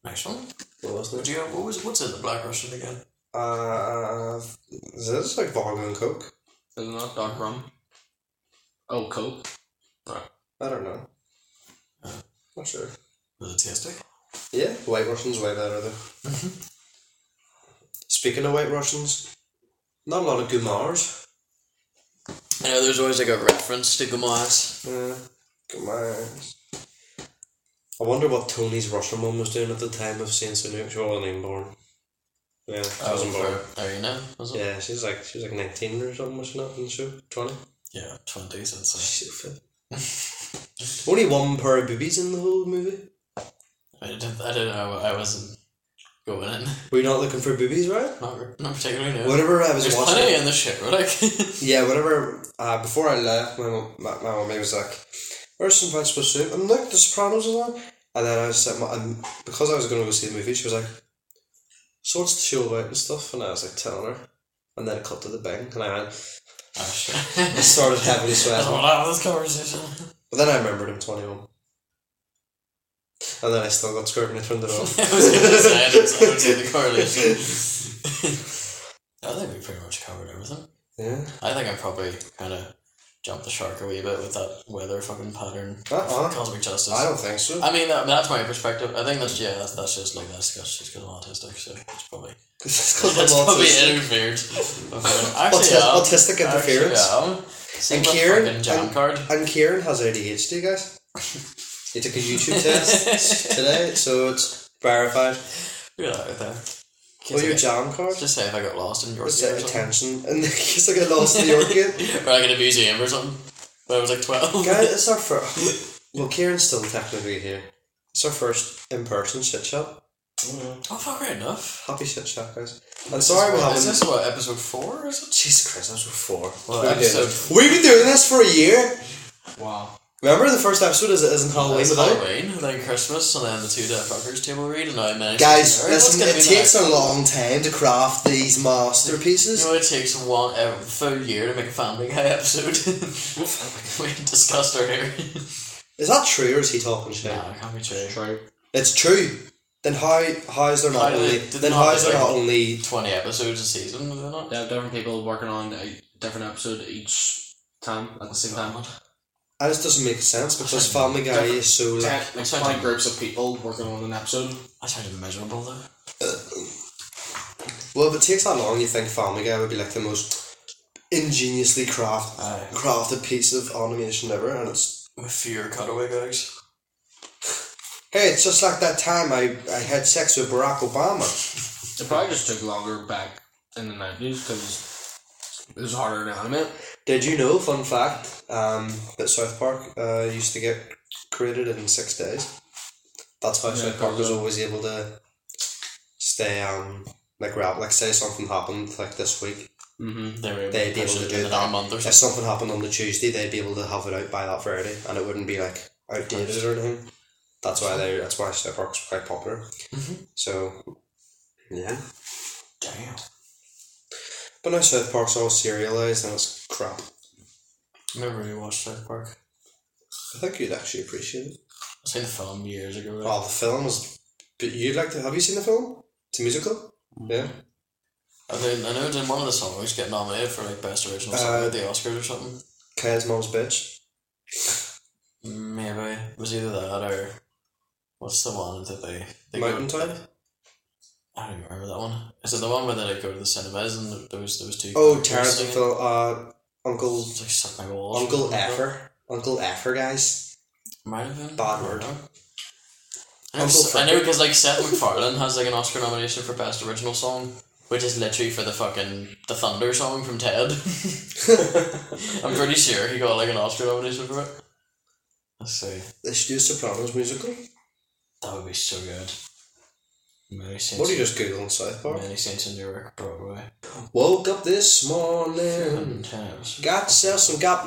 S7: Nice one.
S2: What
S7: What
S2: wasn't
S7: do
S2: it?
S7: you? What was? What's in the Black Russian again?
S2: Uh, is this like vodka and coke?
S11: Isn't that dark rum? Oh, coke.
S2: I don't know. Not sure.
S7: Was it tasty?
S2: Yeah, White Russians way better though.
S7: Mm-hmm.
S2: Speaking of White Russians, not a lot of Gumars.
S7: I know there's always like a reference to Gamas.
S2: Yeah, Gumars. I wonder what Tony's Russian one was doing at the time of Saint Sunuk. She wasn't even born. Yeah, she
S7: Oh,
S2: wasn't born.
S7: Arena, was it?
S2: Yeah, she's like she was like nineteen or something, was she not in the show? Twenty.
S7: Yeah, 20 since
S2: Shit, fit. Only one pair of boobies in the whole movie.
S7: I, I didn't, I didn't know, I wasn't going in.
S2: Were you not looking for boobies, right?
S7: Not, not particularly, no.
S2: Whenever I was
S7: There's
S2: watching,
S7: plenty in the shit, right?
S2: Yeah, whenever uh, before I left, my mum- my my mummy was like, "Where's some vegetable soup?" And look, The Sopranos is on. And then I was sitting, and because I was going to go see the movie, she was like, "So what's the show about and stuff?" And I was like telling her, and then it cut to the bank, and I went,
S7: oh, shit.
S2: I started heavily
S7: I don't
S2: sweating.
S7: want to have this conversation.
S2: But then I remembered I'm twenty one, and then I still got scared and I turned it off.
S7: I was going to say, I didn't, I don't see the correlation. I think we pretty much covered everything.
S2: yeah,
S7: I think I probably kind of jumped the shark a wee bit with that weather fucking pattern.
S2: Uh-uh.
S7: of Cosmic justice.
S2: I don't think so.
S7: I mean, that, that's my perspective. I think that's yeah, that's, that's just like that's because she's because I'm autistic, so it's probably
S2: It's 'cause I'm
S7: that's probably
S2: autistic.
S7: interfered.
S2: Autis-
S7: Actually, yeah,
S2: autistic interference.
S7: Actually, yeah. See
S2: And
S7: my
S2: Kieran-
S7: fucking jam
S2: and-
S7: card.
S2: And Kieran has ADHD, guys. He took a YouTube test today, so it's verified.
S7: Get out of there.
S2: Well,
S7: Kids
S2: your
S7: like-
S2: jam card
S7: Just say if I got lost in York.
S2: is set attention, and he's like, I lost the York game.
S7: or like in a museum or something. When I was like twelve.
S2: Guys, it's our first. Well, Kieran's still technically here. It's our first in person shit chat.
S7: Oh, fuck right enough.
S2: Happy shit chat, guys. I'm sorry we
S7: Is
S2: haven't.
S7: this what episode four or something?
S2: Jesus Christ, that's four.
S7: Well,
S2: We've been doing
S7: episode-
S2: this- We've been doing this for a year.
S1: Wow.
S2: Remember the first episode is isn't Halloween.
S7: It's
S2: without-
S7: Halloween, and then Christmas, and then the two dead fuckers table read, and I managed.
S2: Guys,
S7: to
S2: listen, it takes a
S7: a
S2: long time to craft these masterpieces.
S7: You know, it takes one uh, full year to make a Family Guy episode. we discussed earlier.
S2: Is that true or is he talking shit?
S7: nah, it can't be true.
S1: True.
S2: It's true. Then how how is there not
S7: How do
S2: only
S7: they- did
S2: then
S7: not
S2: how is
S7: they
S2: there not
S7: like-
S2: only
S7: Twenty episodes a season, is it not?
S1: They have different people working on a different episode each time at the same time.
S2: that just doesn't make sense because Family Guy
S1: Different-
S2: is so like
S1: Like twenty groups of people working on an episode.
S7: I sounded miserable though.
S2: well if it takes that long you think Family Guy would be like the most ingeniously craft,
S7: Aye.
S2: crafted piece of animation ever and it's
S7: With fewer cutaway guys.
S2: hey it's just like that time I, I had sex with Barack Obama
S1: It probably just took longer back in the nineties because it was harder to animate.
S2: did you know fun fact um, that South Park uh, used to get created in six days that's how
S1: Yeah,
S2: South Park was
S1: probably.
S2: always able to stay um like rap like say something happened like this week
S1: Mm-hmm.
S7: They were able
S2: They'd be
S7: push
S2: able
S7: it
S2: to do
S7: in
S2: that.
S7: a month or
S2: if
S7: something.
S2: something happened on the Tuesday, they'd be able to have it out by that Friday, and it wouldn't be like outdated or anything. That's why they. That's why South Park's quite popular.
S1: Mm-hmm.
S7: Mhm.
S2: So, yeah.
S7: Damn.
S2: But now South Park's all serialized and it's crap.
S7: Remember we watched South Park?
S2: I think you'd actually appreciate it.
S7: I seen the film years ago. Right?
S2: Oh, the film is. But you'd like to? Have you seen the film? It's a musical. Yeah.
S7: I, think, I know it's in one of the songs get nominated for like best original song
S2: Uh,
S7: at the Oscars or something.
S2: Kyle's mom's bitch.
S7: Maybe it was either that or what's the one that they, they
S2: Mountain
S7: go-
S2: Time?
S7: I don't even remember that one. Is it the one where they like, go to the cinemas and there was there was two?
S2: Oh,
S7: characters
S2: Terrence
S7: singing?
S2: and Phil. Uh, Uncle
S7: It's like suck my balls.
S2: Uncle Effer. Uncle Effer, guys.
S7: Might have been
S2: Bad word.
S7: I know,
S2: Uncle
S7: I know because like Seth MacFarlane has like an Oscar nomination for best original song, which is literally for the fucking the Thunder song from Ted. I'm pretty sure he got like an Oscar nomination for it. Let's see.
S2: They should do a Sopranos musical.
S7: That would be so good. Many saints.
S2: What are you just googling South Park?
S7: Many saints in Newark, Broadway.
S2: Woke up this morning,
S7: And Thames.
S2: got yourself some gab.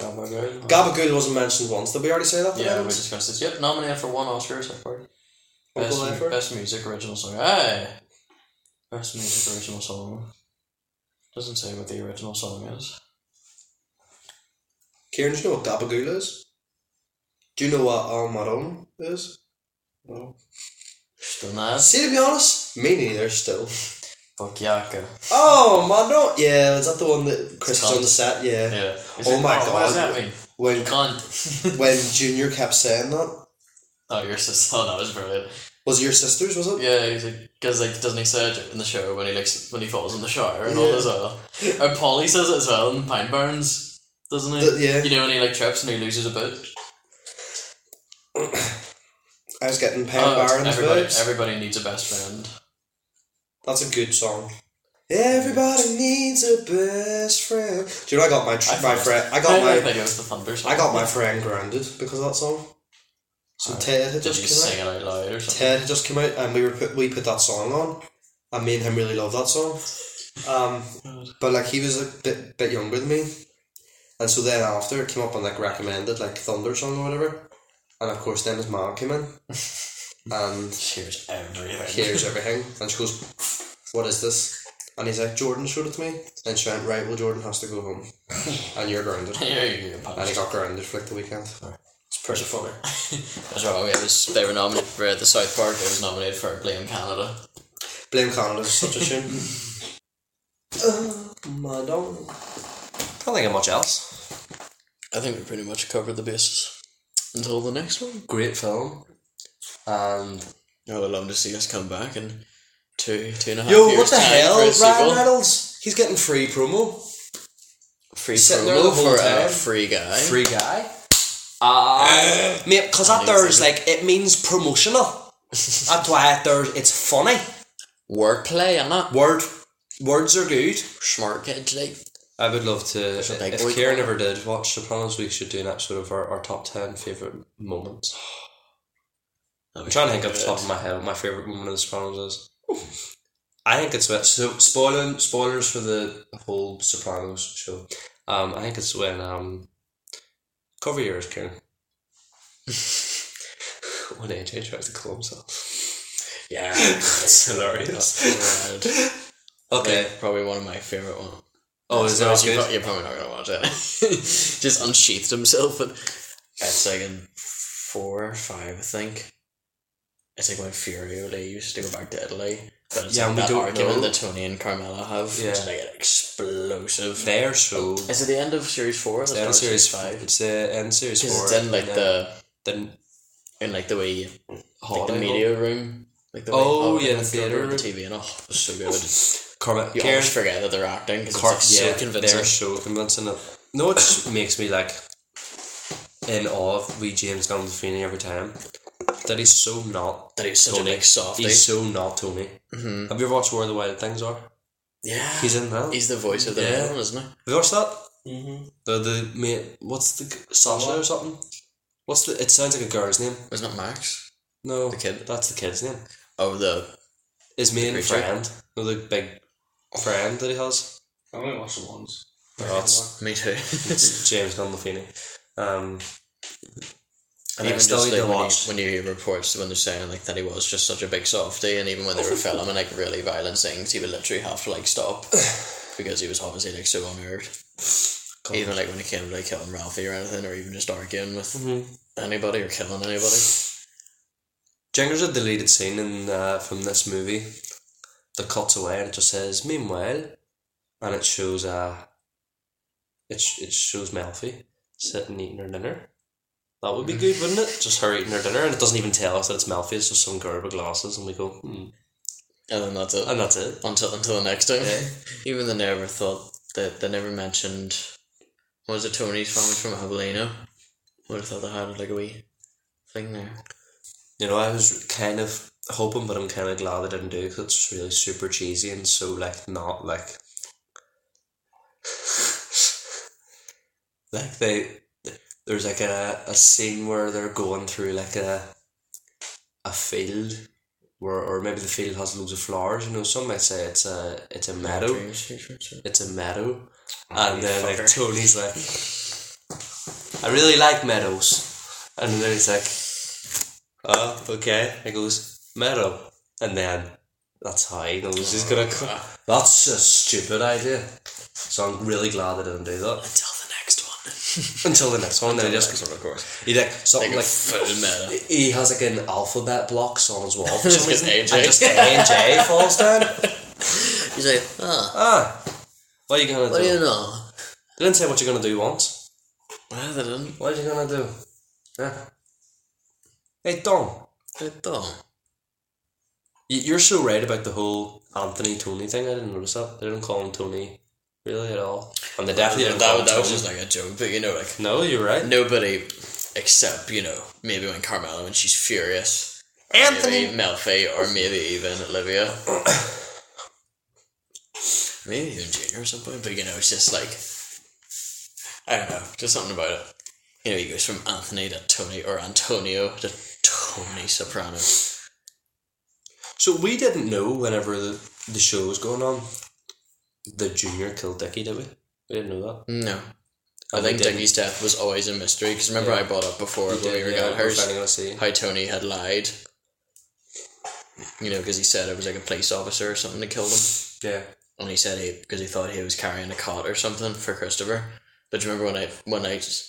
S7: Oh my god.
S2: Gabagool wasn't mentioned once. Did we already say that?
S7: Yeah, we
S2: Adams?
S7: discussed this. Yep, nominated for one Oscar so far. Best,
S2: Uncle Effort?
S7: best music original song. Aye. Best music original song. Doesn't say what the original song is.
S2: Kieran, do you know what Gabagool is? Do you know what Almaron is? No.
S7: Still not.
S2: See, to be honest, me neither. Still.
S7: Fuck Yaka.
S2: Oh, Maron. Yeah, is that the one that Chris was on
S7: Cunt.
S2: the set? Yeah.
S7: Yeah.
S2: Oh my
S7: What does
S2: God.
S7: that mean?
S2: When
S7: Cunt.
S2: when Junior kept saying that,
S7: Oh, your sister. Oh, that was brilliant.
S10: Was it your sister's, was it?
S7: Yeah, he's like, because like doesn't he say it in the show when he likes when he falls in the shower and all as well. And Polly says it as well in Pine Barrens, doesn't he?
S10: Th- yeah.
S7: You know when he like trips and he loses a boot.
S10: I was getting Pam
S7: Oh, it's
S10: Barron's
S7: everybody,
S10: vibes.
S7: everybody needs a best friend.
S10: That's a good song. Everybody needs a best friend. Do you know I got my tr- my friend? I got
S7: I
S10: my
S7: think it was the thunder song.
S10: I got my friend grounded because of that song. So Ted had
S7: Did
S10: Uh, just
S7: you
S10: came out.
S7: sing it out loud or something?
S10: Ted had just came out, and we were put, we put that song on, and me and him really love that song. Um, but like he was a bit bit younger than me, and so then after it came up and like recommended like Thunder song or whatever, and of course then his mom came in, and
S7: Here's everything.
S10: hears everything, and she goes, "What is this?" And he's like, "Jordan showed it to me," and she went, "Right, well Jordan has to go home, and you're grounded."
S7: Here you go,
S10: And he
S7: punished.
S10: got grounded for like the weekend. It's pretty funny.
S7: That's wrong. It was they were nominated for uh, the South Park. It was nominated for Blame Canada.
S10: Blame Canada is such a shame. oh, my dog.
S2: Can't think of much else.
S7: I think we pretty much covered the bases. Until the next one.
S2: Great film. And
S7: I would Oh, love to see us come back in two, two and a half
S10: Yo,
S7: years.
S10: what the
S7: time
S10: hell,
S7: for a
S10: Ryan
S7: sequel.
S10: Reynolds? He's getting free promo.
S7: Free
S10: sitting there the
S7: promo for
S10: whole
S7: a
S10: time.
S7: free guy.
S2: free guy.
S10: Ah, Mate, because that
S7: knew it was
S10: there's like, it means promotional. That's why there's, it's funny.
S7: Wordplay, and that.
S10: Word, words are good.
S7: Smart kids, like.
S2: I would love to.
S7: a big
S2: If
S7: boy
S2: Kieran ever did watch Sopranos, we should do an episode of our, our top 10 favourite moments. I'm trying to think off the top of my head what my favourite moment of The Sopranos is. I think it's when. So, spoiling, spoilers for the whole Sopranos show. Um, I think it's when. Um, cover your ears, Kieran. when AJ tries to kill himself. Yeah, that's hilarious.
S7: Right.
S2: Okay.
S7: Probably one of my favourite ones.
S2: Oh, is that
S7: you're,
S2: good?
S7: pro- you're probably not gonna watch it. Just unsheathed himself at at second four or five, I think. It's like when Furio leaves to go back to Italy. But it's
S2: Yeah,
S7: like
S2: and we
S7: that
S2: don't
S7: argument
S2: know.
S7: that Tony and Carmela have. Yeah. It's
S2: Yeah.
S7: like an explosive.
S2: They're so.
S7: Is it the end of series four? or the
S2: End
S7: start
S2: of
S7: of
S2: series
S7: five.
S2: five. It's the end of series
S7: Because
S2: four.
S7: it's in like
S2: and
S7: the
S2: then
S7: in like the way like the
S2: holiday.
S7: media room. Like the
S2: Oh,
S7: way,
S2: yeah,
S7: and
S2: the
S7: they were on
S2: theatre.
S7: the TV and oh, it was so good.
S2: Kermit,
S7: You
S2: Karen,
S7: always forget that they're acting because it's
S2: Car-
S7: like, so
S2: yeah,
S7: convincing.
S2: they're so convincing. It. No, it just makes me like in awe of wee James Gandolfini every time. That he's so not.
S7: That he's such a
S2: Tony.
S7: big softie.
S2: He's so not Tony.
S7: Mhm.
S2: Have you ever watched Where the Wild Things Are?
S7: yeah,
S2: He's in that.
S7: He's the voice of the
S2: Yeah.
S7: villain, isn't he?
S2: Have you watched that? Mm-hmm. The the mate. What's the g- Sasha or something? What's the? It sounds like a girl's name.
S7: Wasn't it Max?
S2: No,
S7: The kid?
S2: That's the kid's name.
S7: Oh, the
S2: His main
S7: creature?
S2: friend. No, the big friend that he has.
S1: I only watched it once.
S2: Oh, it's,
S7: me too.
S2: it's James Gandolfini. Um,
S7: and
S2: Yeah,
S7: even
S2: but still
S7: just
S2: need to
S7: like, when,
S2: watch.
S7: you, when you hear reports when they're saying like that he was just such a big softy, and even when they were filming like really violent things, he would literally have to like stop because he was obviously like so unheard. Even like when it came to like killing Ralphie or anything, or even just arguing with anybody or killing anybody.
S2: Do you think there's a deleted scene in uh, from this movie that cuts away and it just says "Meanwhile," and it shows uh, it sh- it shows Melfi sitting eating her dinner. That would be good, wouldn't it? Just her eating her dinner, and it doesn't even tell us that it's Melfi. It's just some girl with glasses, and we go, hmm.
S7: And then that's it.
S2: and that's it.
S7: until until the next time.
S2: Yeah.
S7: Even they never thought that they never mentioned what was it Tony's family from Avellino? Would have thought they had like a wee thing there.
S2: You know, I was kind of hoping, but I'm kind of glad I didn't do because it's really super cheesy and so like not like like they there's like a, a scene where they're going through like a a field where or maybe the field has loads of flowers. You know, some might say it's a it's a
S7: Oh.
S2: meadow it's a meadow. And then like
S7: fucker.
S2: Tony's like I really like meadows. And then he's like, Oh, okay. He goes, Meadow. And then that's how he knows he's gonna come.
S7: Oh.
S2: That's a stupid idea. So I'm really glad I didn't do that.
S7: Until the next
S2: Until the next one, then he just goes
S7: one. of course.
S2: he like something
S7: Like a
S2: like
S7: full meadow.
S2: he has like an alphabet blocks on his wall for
S7: Just
S2: some
S7: gets
S2: reason.
S7: AJ.
S2: And just AJ falls down.
S7: He's like, ah,
S2: Ah. What are you gonna
S7: what do
S2: do?
S7: you know?
S2: They didn't say what you're gonna do once.
S7: Well, they didn't.
S2: What are you gonna do? Yeah. It don't.
S7: It don't.
S2: Y- You're so right about the whole Anthony Tony thing. I didn't notice that. They didn't call him Tony really at all. And they definitely
S7: Yeah,
S2: didn't call him
S7: that, that was
S2: Tony.
S7: just like a joke, but you know, like
S2: No, you're right.
S7: nobody except you know maybe when Carmelo when she's furious,
S2: Anthony.
S7: maybe Melfi, or maybe even Olivia, maybe even Junior or something. But you know, it's just like I don't know, just something about it. You know, he goes from Anthony to Tony or Antonio to Tony Soprano.
S2: So we didn't know whenever the, the show was going on the junior killed Dickie, did we? We didn't know that.
S7: No, I
S2: And we
S7: think
S2: didn't.
S7: Dickie's death was always a mystery because remember
S2: Yeah.
S7: I brought up before
S2: We
S7: when we
S2: did,
S7: were
S2: yeah,
S7: getting
S2: we're
S7: hers.
S2: finally gonna see.
S7: how Tony had lied. You know, because he said it was like a police officer or something that killed him,
S2: Yeah.
S7: and he said he because he thought he was carrying a cot or something for Christopher. But do you remember when I when I just-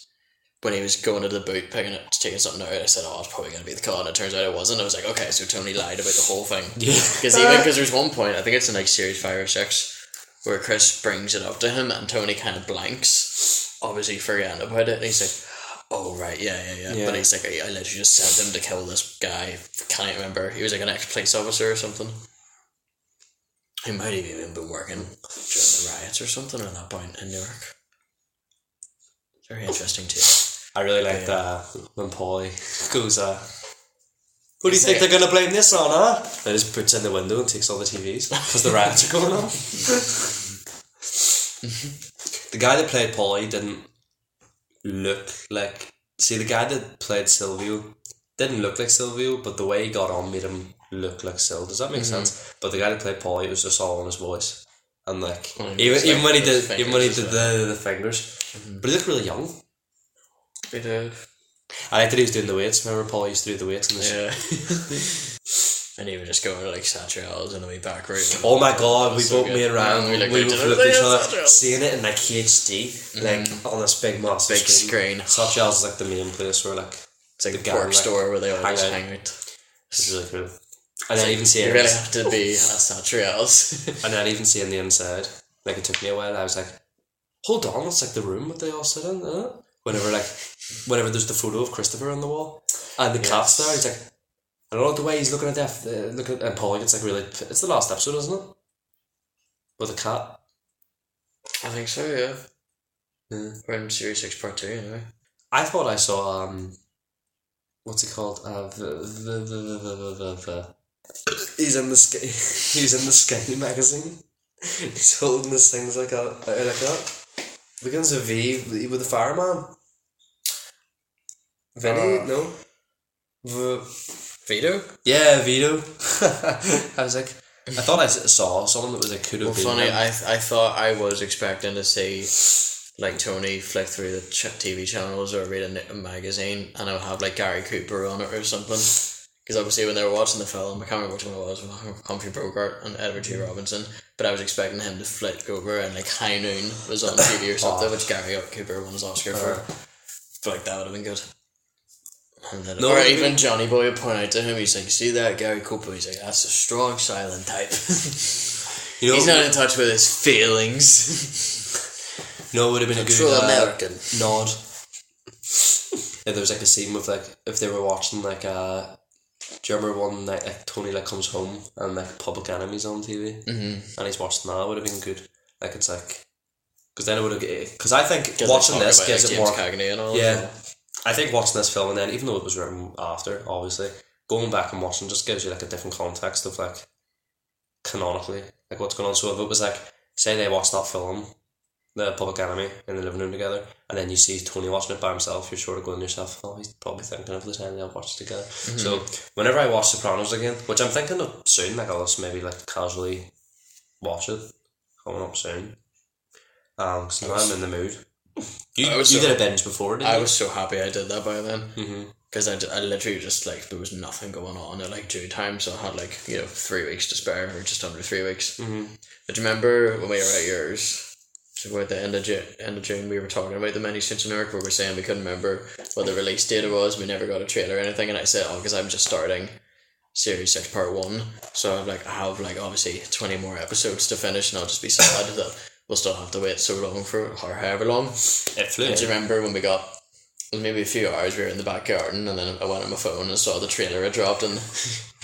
S7: when he was going to the boot picking up taking something out, I said, "Oh, it's probably gonna be the cot." And it turns out it wasn't. I was like, "Okay, so Tony lied about the whole thing."
S2: Yeah.
S7: Because even because there's one point I think it's in like series five or six where Chris brings it up to him and Tony kind of blanks, obviously forgetting about it, and he's like, "Oh right, yeah, yeah, yeah." But
S2: Yeah.
S7: he's like, "I, I literally just sent him to kill this guy. Can't remember. He was like an ex police officer or something. He might have even been working during the riots or something at that point in Newark." Very interesting too.
S2: I really liked
S7: Yeah.
S2: uh, when Polly goes, uh, Who do you
S7: He's
S2: think
S7: like-
S2: they're going to blame this on, huh? And he just puts in the window and takes all the TVs because the riots are going on.
S7: Mm-hmm.
S2: the guy that played Polly didn't look like. See, the guy that played Silvio didn't look like Silvio, but the way he got on made him look like Sil. Does that make
S7: Mm-hmm.
S2: sense? But the guy that played Polly, it was just all in his voice. And like,
S7: Mm,
S2: even,
S7: it's
S2: even
S7: like
S2: when he
S7: those
S2: did, even when he
S7: fingers
S2: did
S7: as Mm-hmm.
S2: the, the fingers, but he looked really young.
S7: Bit of
S2: I liked that he was doing the weights. Remember, Paul used to do the weights in the show.
S7: yeah. And he was just going to like Satrials in the wee back room.
S2: Oh my god, we
S7: So
S2: both,
S7: good.
S2: me and Ryan, we,
S7: We looked
S2: we
S7: at each
S2: both
S7: other,
S2: looked at each
S7: "Yeah,
S2: other,
S7: Satchel."
S2: seeing it in like HD, like on this big massive
S7: Mm-hmm. Big screen.
S2: Such as like the main place where like
S7: It's like
S2: The
S7: the
S2: gang,
S7: pork
S2: like,
S7: store where they all
S2: hang
S7: just
S2: out.
S7: hang out.
S2: it's really cool. And then even seeing,
S7: You really have to be at Satrials.
S2: and then even seeing the inside, like it took me a while. I was like, hold on, that's like the room that they all sit in, isn't it? Whenever like, whenever there's the photo of Christopher on the wall and the cat's there, he's like, I don't know the way he's looking at that, uh, looking at and Paul gets like really. It's the last episode, isn't it? With the cat.
S7: I think so, yeah.
S2: Yeah.
S7: We're in Series 6 Part 2 anyway.
S2: I thought I saw um, what's it called? Uh, v- v- v- v- v- v- v- He's in the sky. He's in the Sky magazine. He's holding his things like a like that. Begins with V with the fireman. Vinny,
S7: Uh.
S2: no. V-
S7: Vito?
S2: yeah, Vito. I was like, I thought I s- saw someone that was like could have
S7: Well,
S2: been.
S7: funny,
S2: him.
S7: I, I thought I was expecting to see, like, Tony flick through the ch- TV channels or read a, n- a magazine and I'll have, like, Gary Cooper on it or something. Because obviously, when they were watching the film, I can't remember which one it was, with Humphrey Bogart and Edward
S2: Mm-hmm.
S7: G. Robinson, but I was expecting him to flick over and, like, High Noon was on TV or
S2: Oh.
S7: something, which Gary Cooper won his Oscar for. feel like that would have been good. And then,
S2: No,
S7: or
S2: I
S7: even
S2: mean-
S7: Johnny Boy would point out to him, he's like, see that Gary Cooper? He's like, that's a strong, silent type.
S2: you know,
S7: he's not in touch with his feelings.
S2: no, would have been a good.
S7: True
S2: uh,
S7: American.
S2: nod. yeah, there was like a scene with like if they were watching like uh do you remember one night like Tony like comes home and like Public Enemy's on TV
S7: Mhm.
S2: and he's watching that would have been good. Like it's like because then it would have because I think
S7: 'Cause
S2: watching
S7: they're
S2: this
S7: talking
S2: gives it
S7: about, like,
S2: more.
S7: James Cagney and all.
S2: Yeah, I think watching this film and then even though it was written after, obviously going back and watching just gives you like a different context of like canonically like what's going on. So if it was like say they watched that film, the Public Enemy, in the living room together, and then you see Tony watching it by himself, you're sort of going to yourself, oh, he's probably thinking of the time they'll watch it together. So whenever I watch Sopranos again, which I'm thinking of soon, like I'll just maybe like casually watch it coming up soon. Um, so now I'm in the mood. You,
S7: I was
S2: you
S7: so-
S2: did a binge before, didn't
S7: I
S2: you?
S7: was so happy I did that by then.
S2: hmm
S7: Because I, d- I literally just, like, there was nothing going on at, like, due time, so I had, like, you know, three weeks to spare, or just under three weeks.
S2: hmm
S7: But do you remember when we were at yours? So at the end of June, end of June, we were talking about the mini Centenaric where we were saying we couldn't remember what the release date was. We never got a trailer or anything, and I said, "Oh, because I'm just starting series six part one, so I'm like, I have like obviously twenty more episodes to finish, and I'll just be sad that we'll still have to wait so long for or however long."
S2: It flew.
S7: And do you remember when we got was maybe a few hours we were in the back garden and then I went on my phone and saw the trailer had dropped and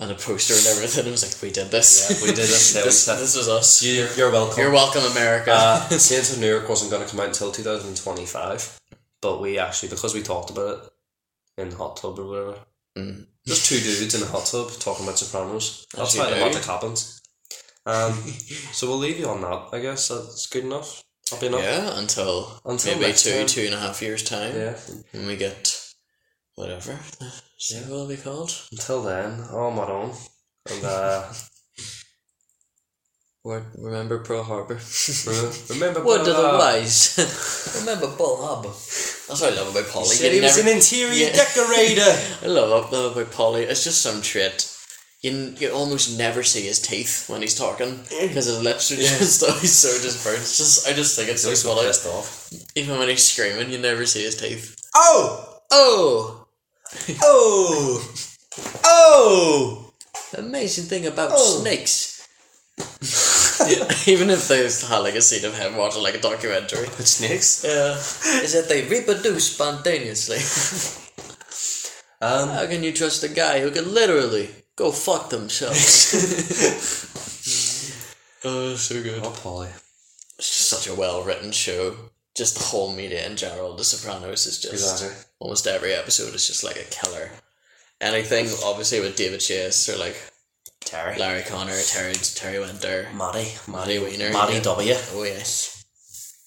S7: and a poster and everything. I was like, we did this.
S2: Yeah, we did this. Yeah, we
S7: this,
S2: said-
S7: this was us.
S2: You, you're welcome.
S7: You're welcome, America.
S2: Uh, Saints of New York wasn't going to come out until 2025, but we actually, because we talked about it in the hot tub or whatever,
S7: Mm.
S2: just two dudes in a hot tub talking about Sopranos. That's
S7: As
S2: why
S7: you
S2: the
S7: do.
S2: magic happens. Um, so we'll leave you on that, I guess. That's good enough. Happy enough.
S7: yeah, until,
S2: Until
S7: maybe
S2: next
S7: two,
S2: time.
S7: two and a half years' time.
S2: Yeah.
S7: When we get whatever. Yeah. What will it be called?
S2: Until then, all my own. And uh,
S7: Word, remember Pearl Harbor.
S2: re- remember,
S7: Word to the
S2: uh,
S7: wise. remember Bull Harbor. That's what I love about Polly.
S2: said
S7: You
S2: he was
S7: never-
S2: an interior
S7: Yeah.
S2: decorator.
S7: I love love about Polly. It's just some trait. You, n- you almost never see his teeth when he's talking because his lips are just always so dispersed. Just I just think it's so
S2: He's so
S7: funny.
S2: pissed off.
S7: Even when he's screaming, you never see his teeth.
S2: Oh!
S7: Oh,
S2: Oh! Oh!
S7: amazing thing about
S2: Oh.
S7: snakes. Yeah, even if they had like a scene of him watching like a documentary.
S2: But snakes?
S7: Yeah, is that they reproduce spontaneously.
S2: Um,
S7: How can you trust a guy who can literally go fuck themselves? oh, so good.
S2: oh, Polly.
S7: It's just such a well written show. Just the whole media in general, The Sopranos is just
S2: Exactly.
S7: almost every episode is just like a killer. Anything obviously with David Chase or like
S2: Terry.
S7: Larry Connor, Terry Terry Winter,
S2: Maddie.
S7: Maddie Wiener,
S2: Maddie
S7: yeah.
S2: W.
S7: Oh yes.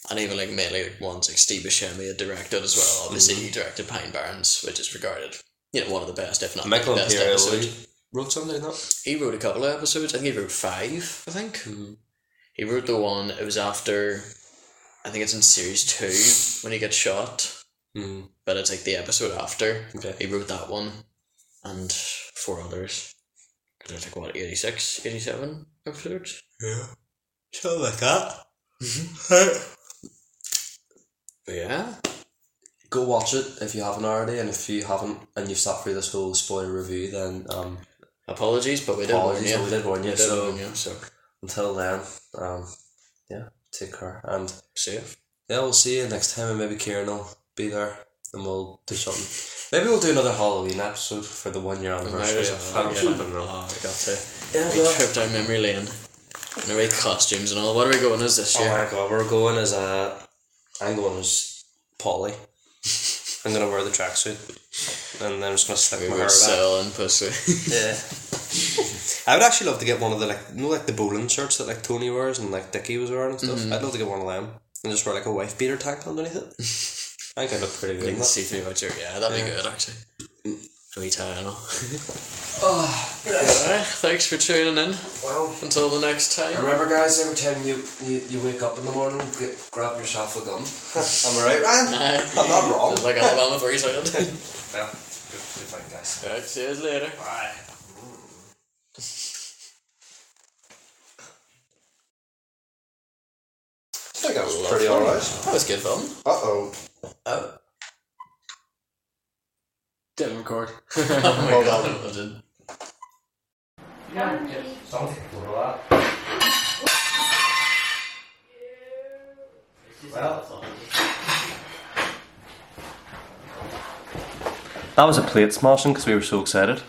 S7: And even like mainly like ones like Steve Buscemi had directed as well. Obviously
S2: Mm-hmm.
S7: he directed Pine Barrens, which is regarded you know one of the best, if not
S2: Michael
S7: the best episode.
S2: Imperioli wrote something, not?
S7: He wrote a couple of episodes. I think he wrote five. I think he wrote the one. It was after, I think it's in series two when he gets shot,
S2: Mm.
S7: but it's like the episode after.
S2: Okay.
S7: He wrote that one, and four others. There's like what 86, 87 episodes.
S2: Yeah. Something like that. Mm-hmm.
S7: But yeah,
S2: Go watch it if you haven't already, and if you haven't and you've sat through this whole spoiler review, then um,
S7: apologies, but we did warn
S2: apologies,
S7: you.
S2: but we did warn
S7: We
S2: you.
S7: did
S2: So
S7: warn you, so
S2: until then, um, yeah, take care, and
S7: safe.
S2: yeah, we'll see you next time, and maybe Kieran will be there, and we'll do something. Maybe we'll do another Halloween episode for the one year anniversary. of
S7: Oh,
S2: Halloween. I don't know.
S7: I got to
S2: Yeah,
S7: we
S2: well-
S7: trip down memory lane. And we costumes and all. What are we going as this
S2: Oh
S7: year?
S2: my god, we're going as a. I'm going as Polly. I'm gonna wear the tracksuit, and then I'm just gonna
S7: We
S2: stick my hair
S7: were
S2: back.
S7: selling pussy.
S2: Yeah. I would actually love to get one of the like, you know, like the bowling shirts that like Tony wears and like Dickie was wearing and stuff.
S10: Mm-hmm.
S2: I'd love to get one of them and just wear like a wife beater tank underneath it. I think I look pretty good.
S7: You
S2: in
S7: can
S2: that.
S7: see through my shirt. Yeah, Mm. that'd be good actually. Eternal. Oh, Alright, thanks for tuning in.
S2: Well,
S7: Until the next time.
S2: remember, guys, every time you, you, you wake up in the morning, get, grab yourself a gum. Am I right, Ryan?
S7: Aye.
S2: I'm not wrong.
S7: Just like Alabama three second.
S2: Yeah. Good, good fight, guys.
S7: Alright, see you later.
S2: Bye.
S10: I think that was
S7: Lovely.
S10: pretty alright.
S7: That was good fun.
S10: Uh oh.
S7: Oh.
S1: Didn't record.
S7: Oh my
S10: Hold
S7: god. I didn't.
S2: That was a plate smashing because we were so excited.